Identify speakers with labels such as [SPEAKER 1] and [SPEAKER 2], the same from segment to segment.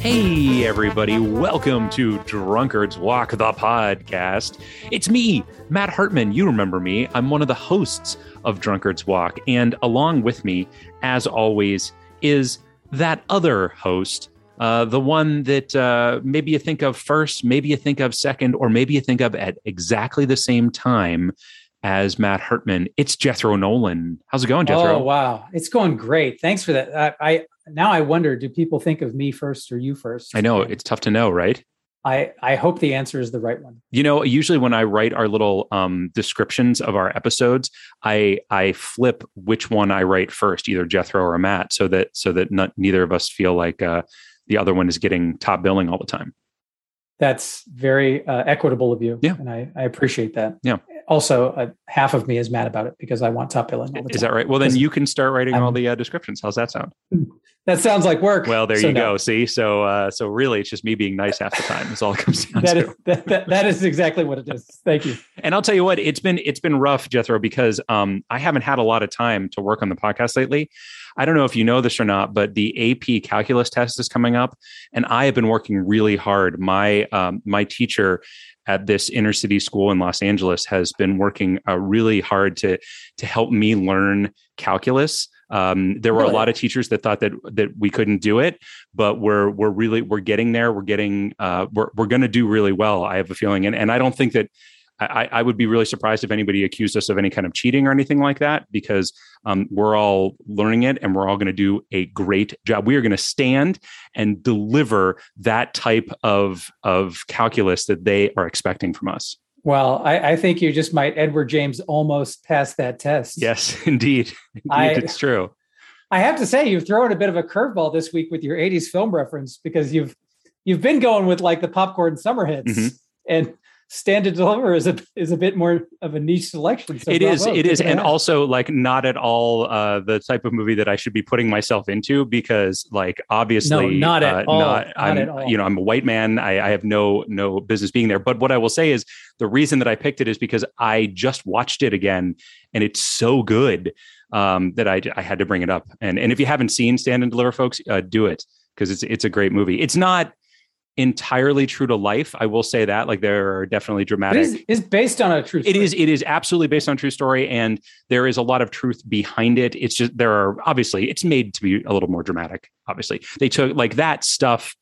[SPEAKER 1] Hey, everybody, welcome to Drunkards Walk the Podcast. It's me, Matt Hartman. You remember me. I'm one of the hosts of Drunkards Walk. And along with me, as always, is that other host, uh, the one that uh, maybe you think of first, maybe you think of second, or maybe you think of at exactly the same time as Matt Hartman. It's Jethro Nolan. How's it going, Jethro?
[SPEAKER 2] Oh wow, it's going great. Thanks for that. I, I now I wonder, do people think of me first or you first?
[SPEAKER 1] I know
[SPEAKER 2] And
[SPEAKER 1] it's tough to know, right?
[SPEAKER 2] I I hope the answer is the right one.
[SPEAKER 1] You know, usually when I write our little um, descriptions of our episodes, I I flip which one I write first, either Jethro or Matt, so that so that not, neither of us feel like uh, the other one is getting top billing all the time.
[SPEAKER 2] That's very uh, equitable of you.
[SPEAKER 1] Yeah.
[SPEAKER 2] and I, I appreciate that.
[SPEAKER 1] Yeah.
[SPEAKER 2] Also, uh, half of me is mad about it because I want top billing all the time.
[SPEAKER 1] Is that right? Well, then
[SPEAKER 2] Yes.
[SPEAKER 1] you can start writing all
[SPEAKER 2] Um,
[SPEAKER 1] the uh, descriptions. How's that sound?
[SPEAKER 2] That sounds like work.
[SPEAKER 1] Well, there
[SPEAKER 2] So
[SPEAKER 1] you
[SPEAKER 2] no.
[SPEAKER 1] go. See, so uh, so really, it's just me being nice half the time. That's all it comes down
[SPEAKER 2] That
[SPEAKER 1] to.
[SPEAKER 2] is that, that, that is exactly what it is. Thank you.
[SPEAKER 1] And I'll tell you what, it's been it's been rough, Jethro, because um, I haven't had a lot of time to work on the podcast lately. I don't know if you know this or not, but the AP calculus test is coming up, and I have been working really hard. My um, my teacher at this inner city school in Los Angeles has been working uh, really hard to to help me learn calculus. Um, there were a
[SPEAKER 2] Really?
[SPEAKER 1] lot of teachers that thought that that we couldn't do it, but we're we're really we're getting there. We're getting uh, we're we're going to do really well. I have a feeling, and and I don't think that I, I would be really surprised if anybody accused us of any kind of cheating or anything like that because um, we're all learning it and we're all going to do a great job. We are going to stand and deliver that type of of calculus that they are expecting from us.
[SPEAKER 2] Well, I, I think you just might Edward James almost passed that test.
[SPEAKER 1] Yes, indeed, Indeed,
[SPEAKER 2] I-
[SPEAKER 1] it's true.
[SPEAKER 2] I have to say, you've thrown a bit of a curveball this week with your '80s film reference because you've you've been going with like the popcorn summer hits,
[SPEAKER 1] Mhm.
[SPEAKER 2] and Stand to Deliver is a is a bit more of a niche selection. So
[SPEAKER 1] It is,
[SPEAKER 2] bravo,
[SPEAKER 1] it
[SPEAKER 2] tip
[SPEAKER 1] is,
[SPEAKER 2] of the
[SPEAKER 1] and
[SPEAKER 2] hat.
[SPEAKER 1] also like not at all uh, the type of movie that I should be putting myself into because, like, obviously, uh,
[SPEAKER 2] not at all.
[SPEAKER 1] Not,
[SPEAKER 2] Not
[SPEAKER 1] I'm,
[SPEAKER 2] at all.
[SPEAKER 1] you know, I'm a white man. I, I have no no business being there. But what I will say is the reason that I picked it is because I just watched it again, and it's so good um, that I, I had to bring it up. And and if you haven't seen Stand and Deliver, folks, uh, do it because it's it's a great movie. It's not entirely true to life. I will say that. Like, there are definitely
[SPEAKER 2] It
[SPEAKER 1] dramatic.
[SPEAKER 2] is, is based on a true.
[SPEAKER 1] It
[SPEAKER 2] story.
[SPEAKER 1] is. It is absolutely based on a true story, and there is a lot of truth behind it. It's just there are obviously it's made to be a little more dramatic. Obviously, they took like that stuff.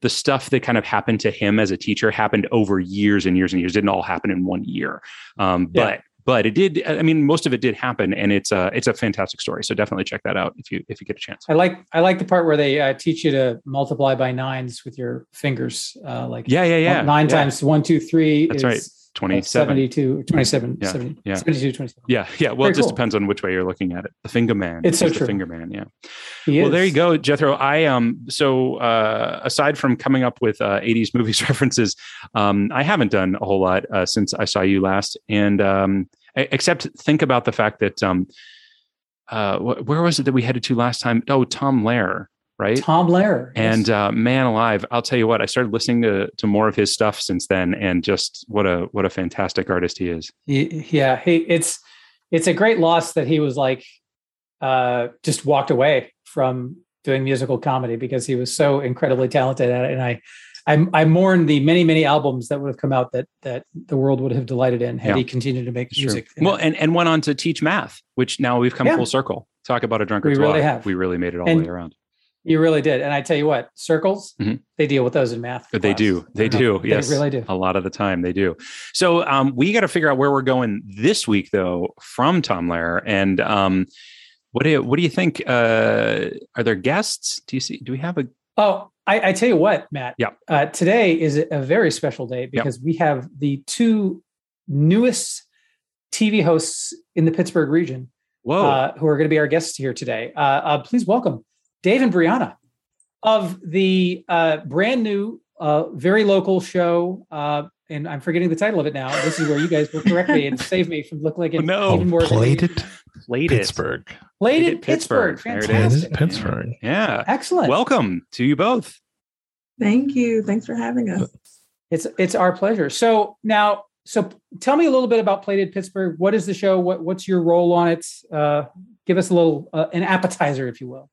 [SPEAKER 1] The stuff that kind of happened to him as a teacher happened over years and years and years. It didn't all happen in one year, um,
[SPEAKER 2] Yeah.
[SPEAKER 1] but but it did. I mean, most of it did happen, and it's a it's a fantastic story. So definitely check that out if you if you get a chance.
[SPEAKER 2] I like I like the part where they uh, teach you to multiply by nines with your fingers, uh, like
[SPEAKER 1] Yeah, yeah, yeah.
[SPEAKER 2] nine
[SPEAKER 1] yeah.
[SPEAKER 2] times one, two, three.
[SPEAKER 1] That's
[SPEAKER 2] is,
[SPEAKER 1] right.
[SPEAKER 2] uh,
[SPEAKER 1] 27.
[SPEAKER 2] 72, 27,
[SPEAKER 1] Yeah,
[SPEAKER 2] 70,
[SPEAKER 1] yeah.
[SPEAKER 2] 72, 27.
[SPEAKER 1] Yeah, yeah. Well,
[SPEAKER 2] Very
[SPEAKER 1] it just
[SPEAKER 2] cool.
[SPEAKER 1] depends on which way you're looking at it. The finger man.
[SPEAKER 2] It's so
[SPEAKER 1] He's the
[SPEAKER 2] true.
[SPEAKER 1] Finger man. Yeah.
[SPEAKER 2] He
[SPEAKER 1] Well, there
[SPEAKER 2] is.
[SPEAKER 1] you go, Jethro. I um so uh, aside from coming up with uh, '80s movies references, um, I haven't done a whole lot uh, since I saw you last, and um, e- except think about the fact that um, uh, wh- where was it that we headed to last time? Oh, Tom Lehrer, right?
[SPEAKER 2] Tom Lehrer. yes.
[SPEAKER 1] And uh, man alive, I'll tell you what, I started listening to to more of his stuff since then, and just what a what a fantastic artist he is.
[SPEAKER 2] Y- yeah he it's it's a great loss that he was like uh just walked away from doing musical comedy because he was so incredibly talented at it and i i, I mourn the many many albums that would have come out that that the world would have delighted in had
[SPEAKER 1] Yeah.
[SPEAKER 2] he continued to make
[SPEAKER 1] It's true.
[SPEAKER 2] music
[SPEAKER 1] Well, and and went on to teach math, which now we've come
[SPEAKER 2] Yeah.
[SPEAKER 1] full circle. Talk about a drunkard's
[SPEAKER 2] We really
[SPEAKER 1] walk.
[SPEAKER 2] have.
[SPEAKER 1] We really made it all
[SPEAKER 2] And-
[SPEAKER 1] the way around.
[SPEAKER 2] you really did and i tell you what circles
[SPEAKER 1] Mhm.
[SPEAKER 2] they deal with those in math
[SPEAKER 1] They
[SPEAKER 2] class.
[SPEAKER 1] do. They
[SPEAKER 2] Yeah.
[SPEAKER 1] do.
[SPEAKER 2] They
[SPEAKER 1] Yes.
[SPEAKER 2] really do.
[SPEAKER 1] A lot of the time they do. So um, we got to figure out where we're going this week, though, from Tom Lehrer. And um, what do you, what do you think? Uh, are there guests? Do you see? Do we have a?
[SPEAKER 2] Oh, I, I tell you what, Matt.
[SPEAKER 1] Yeah.
[SPEAKER 2] Uh, today is a very special day because we have the two newest TV hosts in the Pittsburgh region
[SPEAKER 1] Whoa!
[SPEAKER 2] uh, who are going to be our guests here today. Uh, uh, please welcome Dave and Brianna of the uh, brand new, uh, very local show. Uh, and I'm forgetting the title of it now. This is where you guys will correct me and save me from looking like an
[SPEAKER 1] Oh, No.
[SPEAKER 2] even Oh, more of an
[SPEAKER 3] played
[SPEAKER 2] idiot.
[SPEAKER 3] Oh, it,
[SPEAKER 1] Played it.
[SPEAKER 3] Pittsburgh.
[SPEAKER 2] Played
[SPEAKER 1] Played
[SPEAKER 2] it
[SPEAKER 1] it
[SPEAKER 2] Pittsburgh.
[SPEAKER 1] Pittsburgh. There it
[SPEAKER 3] Played
[SPEAKER 1] is.
[SPEAKER 3] it,
[SPEAKER 2] Fantastic.
[SPEAKER 3] Pittsburgh.
[SPEAKER 1] Yeah.
[SPEAKER 2] Excellent.
[SPEAKER 1] Welcome to you both.
[SPEAKER 4] Thank you. Thanks for having us.
[SPEAKER 3] Uh,
[SPEAKER 2] It's it's our pleasure. So now, so tell me a little bit about Plated Pittsburgh. What is the show? What what's your role on it? Uh, give us a little uh, an appetizer, if you will.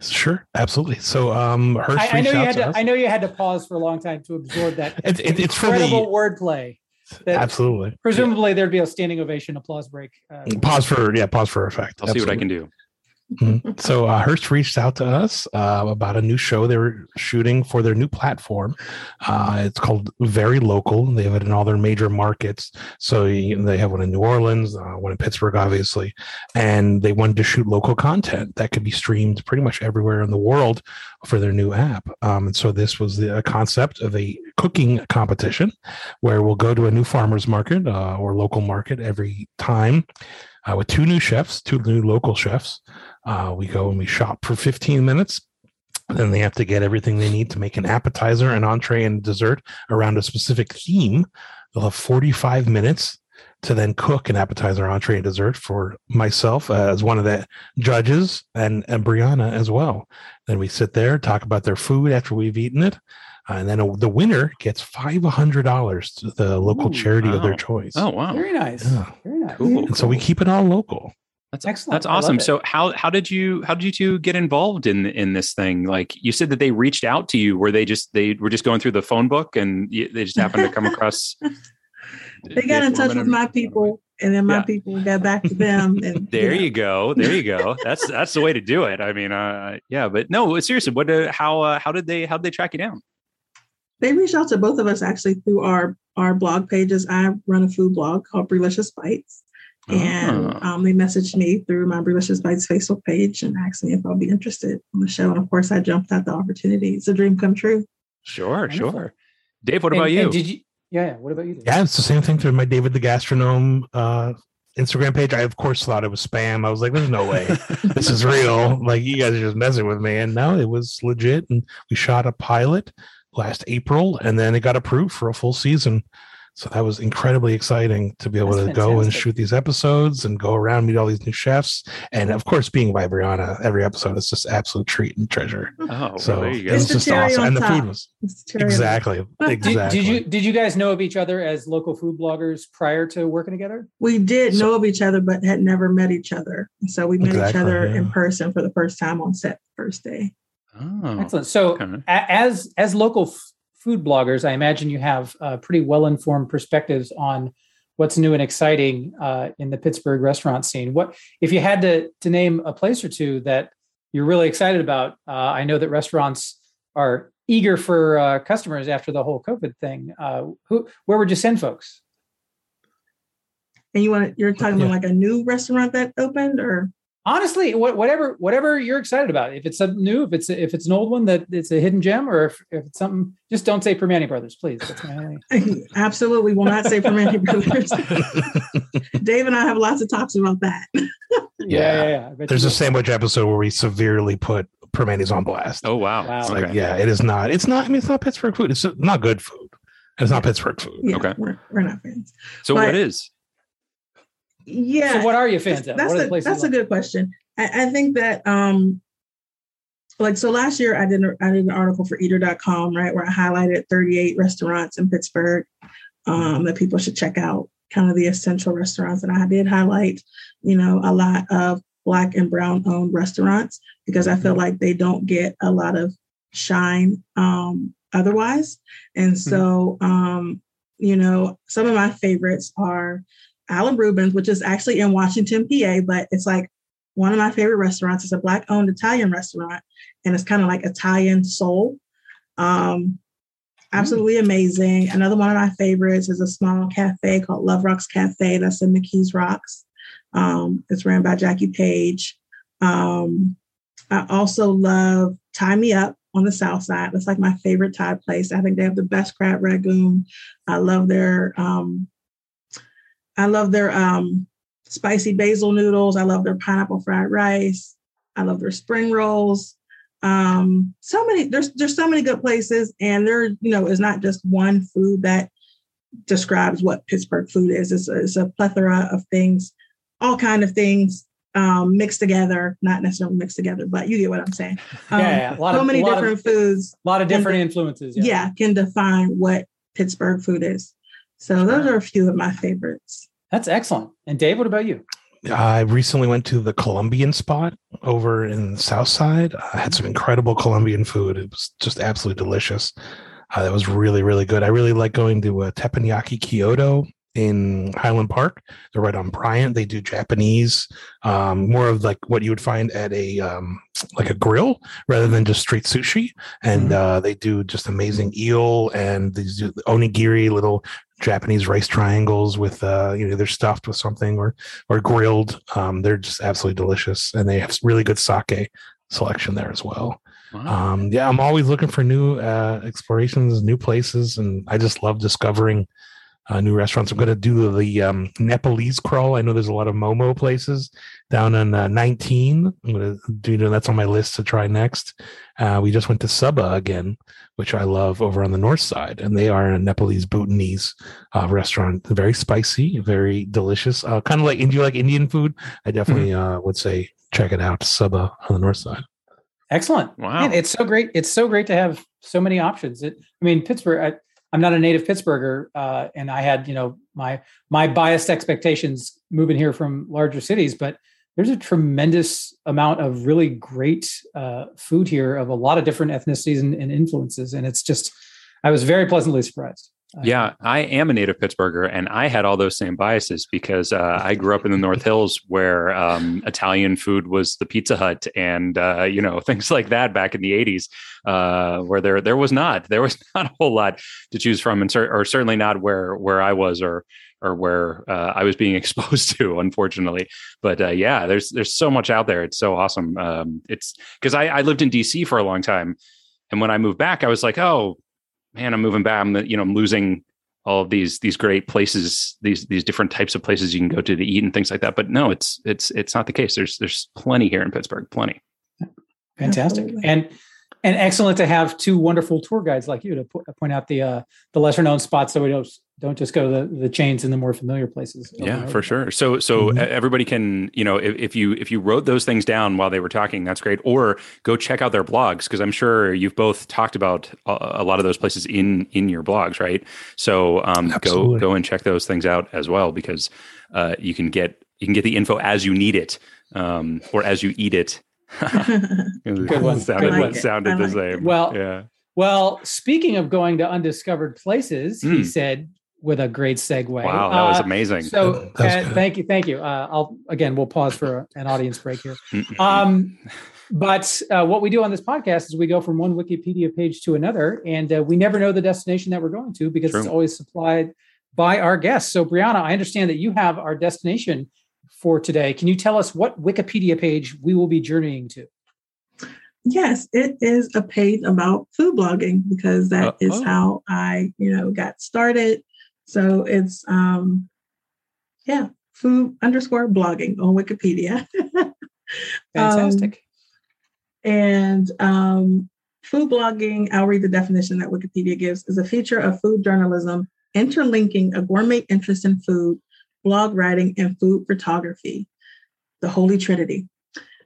[SPEAKER 3] Sure, absolutely. So, um, Hirsch
[SPEAKER 2] I, I know
[SPEAKER 3] reached
[SPEAKER 2] you
[SPEAKER 3] out
[SPEAKER 2] had
[SPEAKER 3] to
[SPEAKER 2] to,
[SPEAKER 3] us.
[SPEAKER 2] I know you had to pause for a long time to absorb that
[SPEAKER 3] It- it- it's for
[SPEAKER 2] incredible
[SPEAKER 3] the
[SPEAKER 2] wordplay. That
[SPEAKER 3] absolutely. Mm,
[SPEAKER 2] presumably there'd be a standing ovation, applause break. Uh,
[SPEAKER 3] Pause for yeah, pause for effect.
[SPEAKER 1] I'll see what I can do.
[SPEAKER 3] Mhm. So uh, Hearst reached out to us uh, about a new show they were shooting for their new platform. Uh, it's called Very Local. They have it in all their major markets. So you know, they have one in New Orleans, uh, one in Pittsburgh, obviously, and they wanted to shoot local content that could be streamed pretty much everywhere in the world for their new app. Um, and so this was the a concept of a cooking competition where we'll go to a new farmers market uh, or local market every time. Uh, with two new chefs, two new local chefs, uh, we go and we shop for 15 minutes. Then they have to get everything they need to make an appetizer, an entree, and dessert around a specific theme. They'll have 45 minutes to then cook an appetizer, entree, and dessert for myself as one of the judges and, and Brianna as well. Then we sit there, talk about their food after we've eaten it. uh, and then a, the winner gets $500 to the local
[SPEAKER 2] Ooh,
[SPEAKER 3] charity of their
[SPEAKER 1] wow.
[SPEAKER 3] choice.
[SPEAKER 1] Oh wow,
[SPEAKER 2] very nice.
[SPEAKER 3] Yeah.
[SPEAKER 2] Very nice.
[SPEAKER 1] cool.
[SPEAKER 3] And so we keep it all local.
[SPEAKER 1] That's
[SPEAKER 2] Excellent.
[SPEAKER 1] That's
[SPEAKER 2] I love
[SPEAKER 1] awesome.
[SPEAKER 2] it.
[SPEAKER 1] So how how did you how did you two get involved in in this thing? Like you said that they reached out to you. Were they just they were just going through the phone book and you, they just happened to come across?
[SPEAKER 4] They got in touch with my people, and then my
[SPEAKER 1] Yeah.
[SPEAKER 4] people got back to them. And
[SPEAKER 1] There you go. There you go. That's that's the way to do it. I mean, uh, yeah, but no, seriously, what? Uh, how uh, how did they how did they track you down?
[SPEAKER 4] They reached out to both of us actually through our our blog pages. I run a food blog called Brelicious Bites, and
[SPEAKER 1] Ah.
[SPEAKER 4] um, they messaged me through my Brelicious Bites Facebook page and asked me if I'd be interested in the show. And of course, I jumped at the opportunity. It's a dream come true.
[SPEAKER 1] Sure,
[SPEAKER 2] Wonderful.
[SPEAKER 1] sure. Dave, what
[SPEAKER 2] And-
[SPEAKER 1] about you?
[SPEAKER 2] and did you? Yeah, yeah. What about you? Dave?
[SPEAKER 3] Yeah, it's the same thing through my David the Gastronome uh, Instagram page. I of course thought it was spam. I was like, "There's no way this is real." Like you guys are just messing with me. And no, it was legit. And we shot a pilot last April, and then it got approved for a full season. So that was incredibly exciting to be able
[SPEAKER 2] That's
[SPEAKER 3] to go and
[SPEAKER 2] fantastic.
[SPEAKER 3] shoot these episodes and go around meet all these new chefs. And of course, being by Brianna, every episode is just absolute treat and treasure.
[SPEAKER 1] oh,
[SPEAKER 3] so
[SPEAKER 1] well, there you
[SPEAKER 3] it
[SPEAKER 1] go.
[SPEAKER 3] was
[SPEAKER 4] It's the
[SPEAKER 3] just
[SPEAKER 4] cherry
[SPEAKER 3] awesome,
[SPEAKER 4] on
[SPEAKER 3] and the
[SPEAKER 4] top.
[SPEAKER 3] food was
[SPEAKER 4] It's terrible.
[SPEAKER 3] exactly
[SPEAKER 2] Did,
[SPEAKER 3] exactly.
[SPEAKER 2] did you did you guys know of each other as local food bloggers prior to working together?
[SPEAKER 4] We did
[SPEAKER 3] So-
[SPEAKER 4] know of each other, but had never met each other. So we met each
[SPEAKER 3] Exactly,
[SPEAKER 4] other in
[SPEAKER 3] yeah.
[SPEAKER 4] person for the first time on set the first day.
[SPEAKER 3] Mm.
[SPEAKER 1] Oh,
[SPEAKER 2] Excellent. So
[SPEAKER 1] okay.
[SPEAKER 2] a- as as local f- food bloggers, I imagine you have uh, pretty well informed perspectives on what's new and exciting uh, in the Pittsburgh restaurant scene. What if you had to to name a place or two that you're really excited about? Uh, I know that restaurants are eager for uh, customers after the whole COVID thing. Uh, who where would you send folks?
[SPEAKER 4] And you want you're talking
[SPEAKER 3] Yeah.
[SPEAKER 4] about like a new restaurant that opened, or
[SPEAKER 2] Honestly, what, whatever whatever you're excited about, if it's something new, if it's if it's an old one that it's a hidden gem, or if, if it's something, just don't say Permani Brothers, please. That's my only.
[SPEAKER 4] absolutely will not say from any brothers. Dave and I have lots of talks about that.
[SPEAKER 3] Yeah.
[SPEAKER 2] yeah, yeah. I bet
[SPEAKER 3] There's
[SPEAKER 2] you
[SPEAKER 3] a
[SPEAKER 2] do.
[SPEAKER 3] sandwich episode where we severely put Permanis on blast.
[SPEAKER 1] Oh wow.
[SPEAKER 2] Wow.
[SPEAKER 3] It's
[SPEAKER 1] Okay.
[SPEAKER 3] like, yeah, it is not. It's not. I mean, it's not Pittsburgh food. It's not good food. It's not Pittsburgh food.
[SPEAKER 4] Yeah,
[SPEAKER 1] Okay.
[SPEAKER 4] we're, we're not fans.
[SPEAKER 1] So
[SPEAKER 4] But-
[SPEAKER 1] what is?
[SPEAKER 4] Yeah,
[SPEAKER 2] So what are you fans of?
[SPEAKER 4] that's
[SPEAKER 2] what are the
[SPEAKER 4] a,
[SPEAKER 2] places?
[SPEAKER 4] that's a
[SPEAKER 2] like?
[SPEAKER 4] good question. I, I think that um like so last year I did a- I did an article for eater.com, right, where I highlighted 38 restaurants in Pittsburgh um that people should check out, kind of the essential restaurants. And I did highlight, you know, a lot of black and brown owned restaurants because I
[SPEAKER 2] Mm-hmm.
[SPEAKER 4] feel like they don't get a lot of shine um otherwise. And
[SPEAKER 2] Mm-hmm.
[SPEAKER 4] so um, you know, some of my favorites are Alan Rubens, which is actually in Washington, PA, but it's like one of my favorite restaurants. It's a black owned Italian restaurant and it's kind of like Italian soul. Um, absolutely amazing. Another one of my favorites is a small cafe called Love Rocks Cafe that's in McKees Rocks. Um, it's ran by Jackie Page. Um, I also love Tie Me Up on the South Side. That's like my favorite Thai place. I think they have the best crab ragoon. I love their um, I love their um, spicy basil noodles. I love their pineapple fried rice. I love their spring rolls. Um, so many there's there's so many good places, and there you know is not just one food that describes what Pittsburgh food is. It's, it's a plethora of things, all kind of things um, mixed together. Not necessarily mixed together, but you get what I'm saying. Um,
[SPEAKER 2] yeah, yeah, a lot
[SPEAKER 4] so
[SPEAKER 2] of
[SPEAKER 4] many
[SPEAKER 2] a lot
[SPEAKER 4] different
[SPEAKER 2] of,
[SPEAKER 4] foods
[SPEAKER 2] lot of different influences.
[SPEAKER 4] yeah. can define what Pittsburgh food is. So those are a few of my favorites.
[SPEAKER 2] that's excellent. And Dave, what about you?
[SPEAKER 3] I recently went to the Colombian spot over in the South Side. I had some incredible Colombian food. It was just absolutely delicious. Uh, that was really, really good. I really like going to uh, Teppanyaki Kyoto in Highland Park. They're right on Bryant. They do Japanese, um, more of like what you would find at a um, like a grill rather than just straight sushi. And uh, they do just amazing eel and these do onigiri little Japanese rice triangles with uh, you know they're stuffed with something or or grilled. Um, they're just absolutely delicious, and they have really good sake selection there as well.
[SPEAKER 1] Wow.
[SPEAKER 3] Um, yeah, I'm always looking for new uh, explorations, new places, and I just love discovering uh, new restaurants. I'm going to do the um, Nepalese crawl. I know there's a lot of Momo places down on uh, 19. I'm going to do that's on my list to try next. Uh, we just went to Suba again, which I love over on the north side, and they are a Nepalese Bhutanese uh, restaurant. Very spicy, very delicious. Uh, kind of like do you like Indian food? I definitely uh, would say check it out, Suba on the north side.
[SPEAKER 2] Excellent.
[SPEAKER 1] Wow.
[SPEAKER 2] Man, it's so great. It's so great to have so many options. It, I mean, Pittsburgh. I, I'm not a native Pittsburgher, uh, and I had you know my my biased expectations moving here from larger cities, but there's a tremendous amount of really great uh, food here of a lot of different ethnicities and, and influences, and it's just I was very pleasantly surprised. Uh,
[SPEAKER 1] Yeah, I am a native Pittsburgher, and I had all those same biases because uh, I grew up in the North Hills, where um, Italian food was the Pizza Hut, and uh, you know things like that back in the '80s, uh, where there there was not there was not a whole lot to choose from, and cer- or certainly not where where I was or or where uh, I was being exposed to, unfortunately. But uh, yeah, there's there's so much out there. It's so awesome. Um, it's because I, I lived in D.C. for a long time, and when I moved back, I was like, oh man, I'm moving back. I'm you know I'm losing all of these these great places, these these different types of places you can go to to eat and things like that. But no, it's it's it's not the case. There's there's plenty here in Pittsburgh, plenty.
[SPEAKER 2] Fantastic,
[SPEAKER 4] Absolutely.
[SPEAKER 2] and and excellent to have two wonderful tour guides like you to po- point out the uh, the lesser known spots, so we don't don't just go to the, the chains and the more familiar places. over and
[SPEAKER 1] yeah
[SPEAKER 2] over.
[SPEAKER 1] for sure so so
[SPEAKER 2] Mm-hmm.
[SPEAKER 3] Mhm.
[SPEAKER 1] e- everybody can you know if, if you if you wrote those things down while they were talking that's great or go check out their blogs because i'm sure you've both talked about a, a lot of those places in in your blogs right so um, go
[SPEAKER 3] Absolutely.
[SPEAKER 1] go and check those things out as well because uh, you can get you can get the info as you need it um, or as you eat it Good
[SPEAKER 2] one.
[SPEAKER 1] sounded,
[SPEAKER 2] Good one.
[SPEAKER 1] sounded
[SPEAKER 4] I
[SPEAKER 1] the
[SPEAKER 4] like it.
[SPEAKER 1] same
[SPEAKER 2] Well-
[SPEAKER 1] yeah
[SPEAKER 2] Well, speaking of going to undiscovered places, he
[SPEAKER 1] Mm.
[SPEAKER 2] said with a great segue.
[SPEAKER 1] wow that was
[SPEAKER 2] Uh,
[SPEAKER 1] amazing
[SPEAKER 2] So,
[SPEAKER 3] That was
[SPEAKER 2] uh,
[SPEAKER 3] good.
[SPEAKER 2] thank you, thank you. Uh, I'll again, we'll pause for an audience break here.
[SPEAKER 1] Mm-mm.
[SPEAKER 2] Um, but uh, what we do on this podcast is we go from one Wikipedia page to another, and uh, we never know the destination that we're going to because it's
[SPEAKER 1] True.
[SPEAKER 2] always supplied by our guests. So, Brianna, I understand that you have our destination for today. Can you tell us what Wikipedia page we will be journeying to?
[SPEAKER 4] Yes, it is a page about food blogging because that is
[SPEAKER 1] Uh-oh.
[SPEAKER 4] how I, you know, got started. So it's um yeah, food underscore blogging on Wikipedia.
[SPEAKER 2] Fantastic.
[SPEAKER 4] And um, food blogging, I'll read the definition that Wikipedia gives, is a feature of food journalism interlinking a gourmet interest in food, blog writing, and food photography. The holy trinity.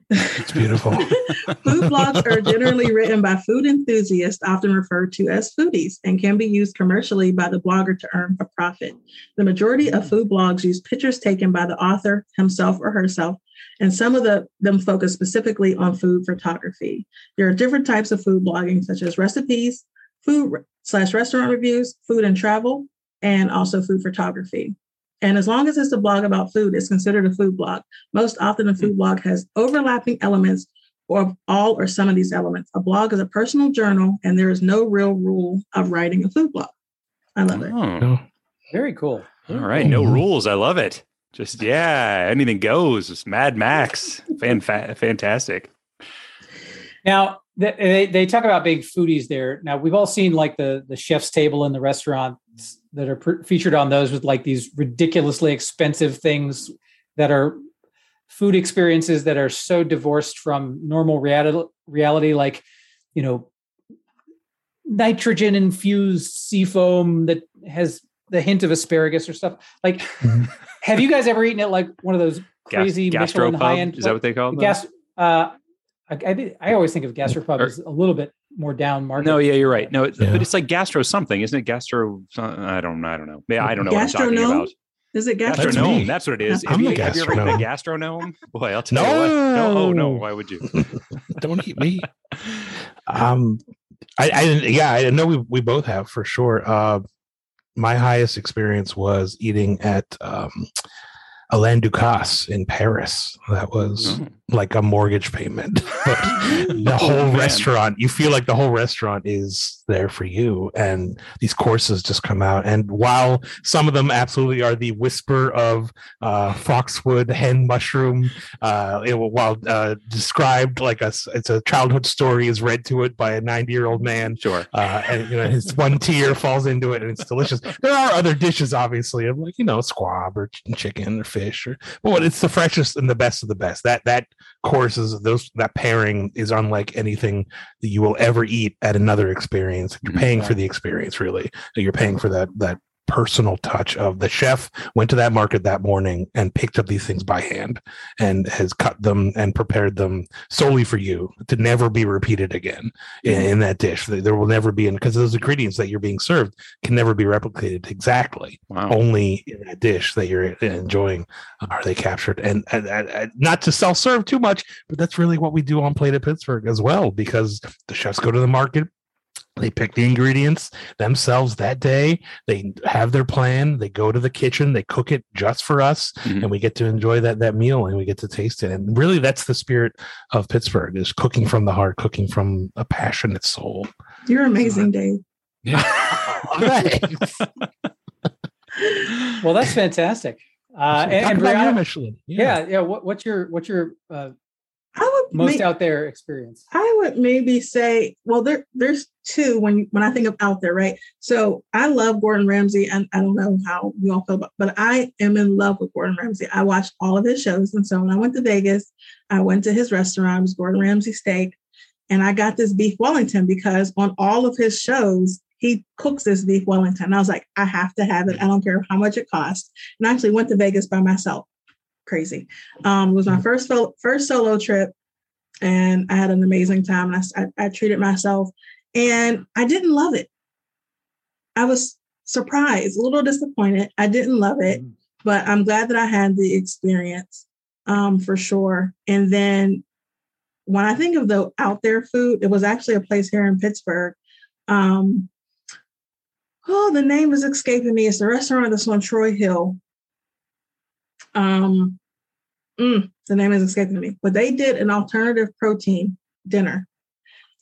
[SPEAKER 3] It's beautiful.
[SPEAKER 4] Food blogs are generally written by food enthusiasts, often referred to as foodies, and can be used commercially by the blogger to earn a profit. The majority of food blogs use pictures taken by the author himself or herself, and some of the, them focus specifically on food photography. There are different types of food blogging, such as recipes, food re- slash restaurant reviews, food and travel, and also food photography. And as long as it's a blog about food, it's considered a food blog. Most often, a food blog has overlapping elements or of all or some of these elements. A blog is a personal journal, and there is no real rule of writing a food blog. I love it.
[SPEAKER 1] Oh,
[SPEAKER 3] No.
[SPEAKER 2] Very cool.
[SPEAKER 1] all right no
[SPEAKER 3] Mhm.
[SPEAKER 1] rules i love it just yeah anything goes it's mad max Fan, fa- fantastic
[SPEAKER 2] Now th- they they talk about big foodies there. Now we've all seen like the the chef's table in the restaurants that are pr- featured on those with like these ridiculously expensive things that are food experiences that are so divorced from normal reality reality like you know nitrogen infused sea foam that has the hint of asparagus or stuff like
[SPEAKER 3] Mhm.
[SPEAKER 2] have you guys ever eaten at like one of those
[SPEAKER 1] Gas-
[SPEAKER 2] crazy Michelin
[SPEAKER 1] gastropub?
[SPEAKER 2] high-end
[SPEAKER 1] Is that what they call them?
[SPEAKER 2] gas uh I, I, did- I always think of gastropub
[SPEAKER 1] Or-
[SPEAKER 2] as a little bit more down market.
[SPEAKER 1] no, yeah, you're right. No, it,
[SPEAKER 3] Yeah.
[SPEAKER 1] but it's like gastro something, isn't it? Gastro, I don't, I don't know. Yeah, I don't know what I'm talking
[SPEAKER 4] Gastronome?
[SPEAKER 1] about.
[SPEAKER 4] Is it gastro?
[SPEAKER 3] That's
[SPEAKER 1] Gastronome.
[SPEAKER 3] me.
[SPEAKER 1] That's, what it is.
[SPEAKER 3] I'm
[SPEAKER 1] have,
[SPEAKER 3] a
[SPEAKER 1] you, have you ever been a
[SPEAKER 3] gastronome.
[SPEAKER 1] gastronome? Boy, I'll tell you what. No. Oh, no. Why would you?
[SPEAKER 3] Don't eat me. um, I, I didn't- yeah, I know we we both have for sure. Uh, my highest experience was eating at um, Alain Ducasse in Paris. That was
[SPEAKER 1] Mm.
[SPEAKER 3] like a mortgage payment. But the
[SPEAKER 1] Oh,
[SPEAKER 3] whole
[SPEAKER 1] man.
[SPEAKER 3] restaurant, you feel like the whole restaurant is there for you, and these courses just come out. And while some of them absolutely are the whisper of uh, foxwood hen mushroom, uh, it, while uh, described like a s- it's a childhood story is read to it by a ninety year old man,
[SPEAKER 1] Sure.
[SPEAKER 3] uh, and you know his one tear falls into it and it's delicious there are other dishes obviously of like you know squab or ch- chicken or fish or but what- it's the freshest and the best of the best that that course is those that pairing is unlike anything that you will ever eat at another experience you're
[SPEAKER 1] Mhm.
[SPEAKER 3] paying for the experience really you're paying for that that personal touch of the chef went to that market that morning and picked up these things by hand and has cut them and prepared them solely for you to never be repeated again in, in that dish. There there will never be, because those ingredients that you're being served can never be replicated exactly.
[SPEAKER 1] Wow.
[SPEAKER 3] Only in that dish that you're enjoying are they captured. And, and, and- and not to self serve too much, but that's really what we do on Plate at Pittsburgh as well, because the chefs go to the market. They pick the ingredients themselves that day. They have their plan. They go to the kitchen. They cook it just for us,
[SPEAKER 1] Mhm.
[SPEAKER 3] and we get to enjoy that that meal and we get to taste it. And really, that's the spirit of Pittsburgh: is cooking from the heart, cooking from a passionate soul.
[SPEAKER 4] You're amazing, Dave.
[SPEAKER 1] Oh.
[SPEAKER 3] Thanks.
[SPEAKER 2] Well, that's fantastic. Uh,
[SPEAKER 3] So
[SPEAKER 2] and,
[SPEAKER 3] talk
[SPEAKER 2] and
[SPEAKER 3] about your
[SPEAKER 2] Brianna,
[SPEAKER 3] Michelin.
[SPEAKER 2] yeah, yeah. What, what's your what's your uh,
[SPEAKER 4] I would
[SPEAKER 2] most
[SPEAKER 4] make-
[SPEAKER 2] out there experience?
[SPEAKER 4] I would maybe say, well, there there's two when when I think of out there, right? So I love Gordon Ramsay, and I don't know how you all feel about, but I am in love with Gordon Ramsay. I watched all of his shows, and so when I went to Vegas, I went to his restaurant, it was Gordon Ramsay Steak, and I got this beef Wellington because on all of his shows. He cooks this beef Wellington. I was like, I have to have it. I don't care how much it costs. And I actually went to Vegas by myself. Crazy. Um, it was my first fol- first solo trip and I had an amazing time. And I, I, I treated myself, and I didn't love it. I was surprised, a little disappointed. I didn't love it,
[SPEAKER 2] Mhm.
[SPEAKER 4] but I'm glad that I had the experience um, for sure. And then when I think of the out there food, it was actually a place here in Pittsburgh. Um, oh, the name is escaping me. It's a restaurant that's on Troy Hill. Um, mm, the name is escaping me, but they did an alternative protein dinner.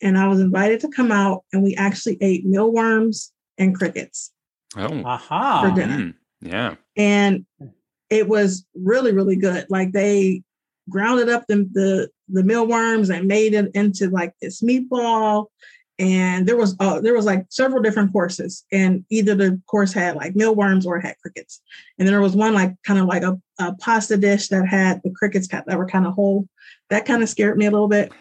[SPEAKER 4] And I was invited to come out, and we actually ate mealworms and crickets.
[SPEAKER 1] Oh.
[SPEAKER 2] Aha.
[SPEAKER 4] For dinner.
[SPEAKER 1] Mm. Yeah.
[SPEAKER 4] and it was really really good like they grounded up the the, the mealworms and made it into like this meatball and there was uh, there was like several different courses and either the course had like mealworms or it had crickets and then there was one like kind of like a, a pasta dish that had the crickets got- that were kind of whole that kind of scared me a little bit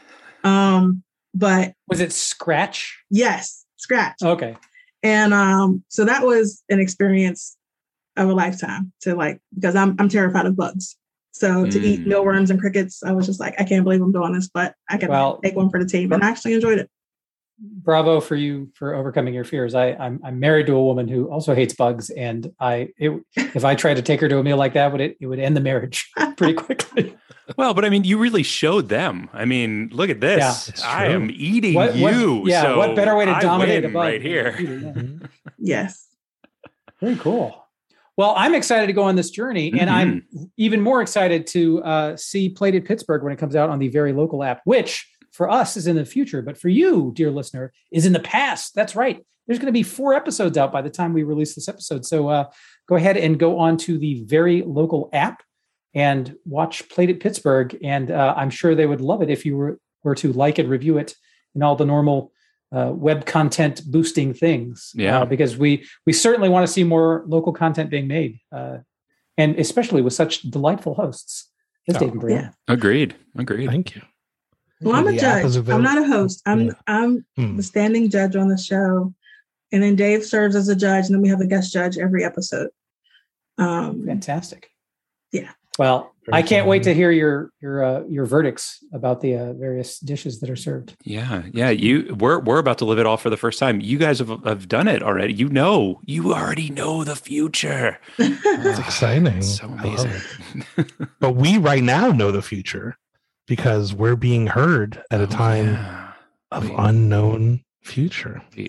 [SPEAKER 4] um but
[SPEAKER 2] Was it scratch?
[SPEAKER 4] yes scratch
[SPEAKER 2] Okay.
[SPEAKER 4] and um, so that was an experience of a lifetime to like because I'm I'm terrified of bugs. So to eat
[SPEAKER 1] Mm.
[SPEAKER 4] mealworms and crickets, I was just like, I can't believe I'm doing this, but I can
[SPEAKER 2] Well-
[SPEAKER 4] take one for the team, and I actually enjoyed it.
[SPEAKER 2] bravo for you for overcoming your fears. I I'm, I'm married to a woman who also hates bugs, and I it, if I tried to take her to a meal like that, would it it would end the marriage pretty quickly.
[SPEAKER 1] Well, but I mean, you really showed them. I mean, look at this.
[SPEAKER 3] It's
[SPEAKER 1] I
[SPEAKER 3] true.
[SPEAKER 1] am eating
[SPEAKER 2] What- what-
[SPEAKER 1] you.
[SPEAKER 2] yeah,
[SPEAKER 1] so
[SPEAKER 2] what better way to
[SPEAKER 1] I
[SPEAKER 2] dominate a
[SPEAKER 1] win
[SPEAKER 2] bug
[SPEAKER 1] right
[SPEAKER 2] than
[SPEAKER 1] here?
[SPEAKER 2] eating them?
[SPEAKER 3] Mhm.
[SPEAKER 4] Yes,
[SPEAKER 2] Very cool. Well, I'm excited to go on this journey, and I'm even more excited to uh, see Plated Pittsburgh when it comes out on the very local app, which for us is in the future, but for you, dear listener, is in the past. That's right. There's going to be four episodes out by the time we release this episode. So uh, go ahead and go on to the very local app and watch Plated Pittsburgh, and uh, I'm sure they would love it if you were, were to like and review it and all the normal uh, web content boosting things.
[SPEAKER 1] Yeah.
[SPEAKER 2] Uh, because we we certainly want to see more local content being made, uh, and especially with such delightful hosts as
[SPEAKER 3] Oh,
[SPEAKER 2] Dave and Brian.
[SPEAKER 4] yeah.
[SPEAKER 1] Agreed. Agreed.
[SPEAKER 3] Thank you.
[SPEAKER 4] Well, I'm a
[SPEAKER 3] The app
[SPEAKER 4] judge.
[SPEAKER 3] is
[SPEAKER 4] I'm
[SPEAKER 3] available.
[SPEAKER 4] not a host. I'm
[SPEAKER 3] Yeah.
[SPEAKER 4] I'm
[SPEAKER 3] Hmm.
[SPEAKER 4] the standing judge on the show, and then Dave serves as a judge, and then we have a guest judge every episode. Um,
[SPEAKER 2] Fantastic.
[SPEAKER 4] Yeah.
[SPEAKER 2] Well, I can't wait to hear your your uh, your verdicts about the uh, various dishes that are served.
[SPEAKER 1] Yeah, yeah. You we're we're about to live it all for the first time. You guys have have done it already. You know, you already know the future.
[SPEAKER 4] That's
[SPEAKER 3] It's exciting.
[SPEAKER 1] Ah, so
[SPEAKER 3] I love
[SPEAKER 1] amazing.
[SPEAKER 3] it. But we right now know the future because we're being heard at a
[SPEAKER 1] Oh,
[SPEAKER 3] time
[SPEAKER 1] yeah.
[SPEAKER 3] of
[SPEAKER 1] Wait.
[SPEAKER 3] unknown future.
[SPEAKER 1] Do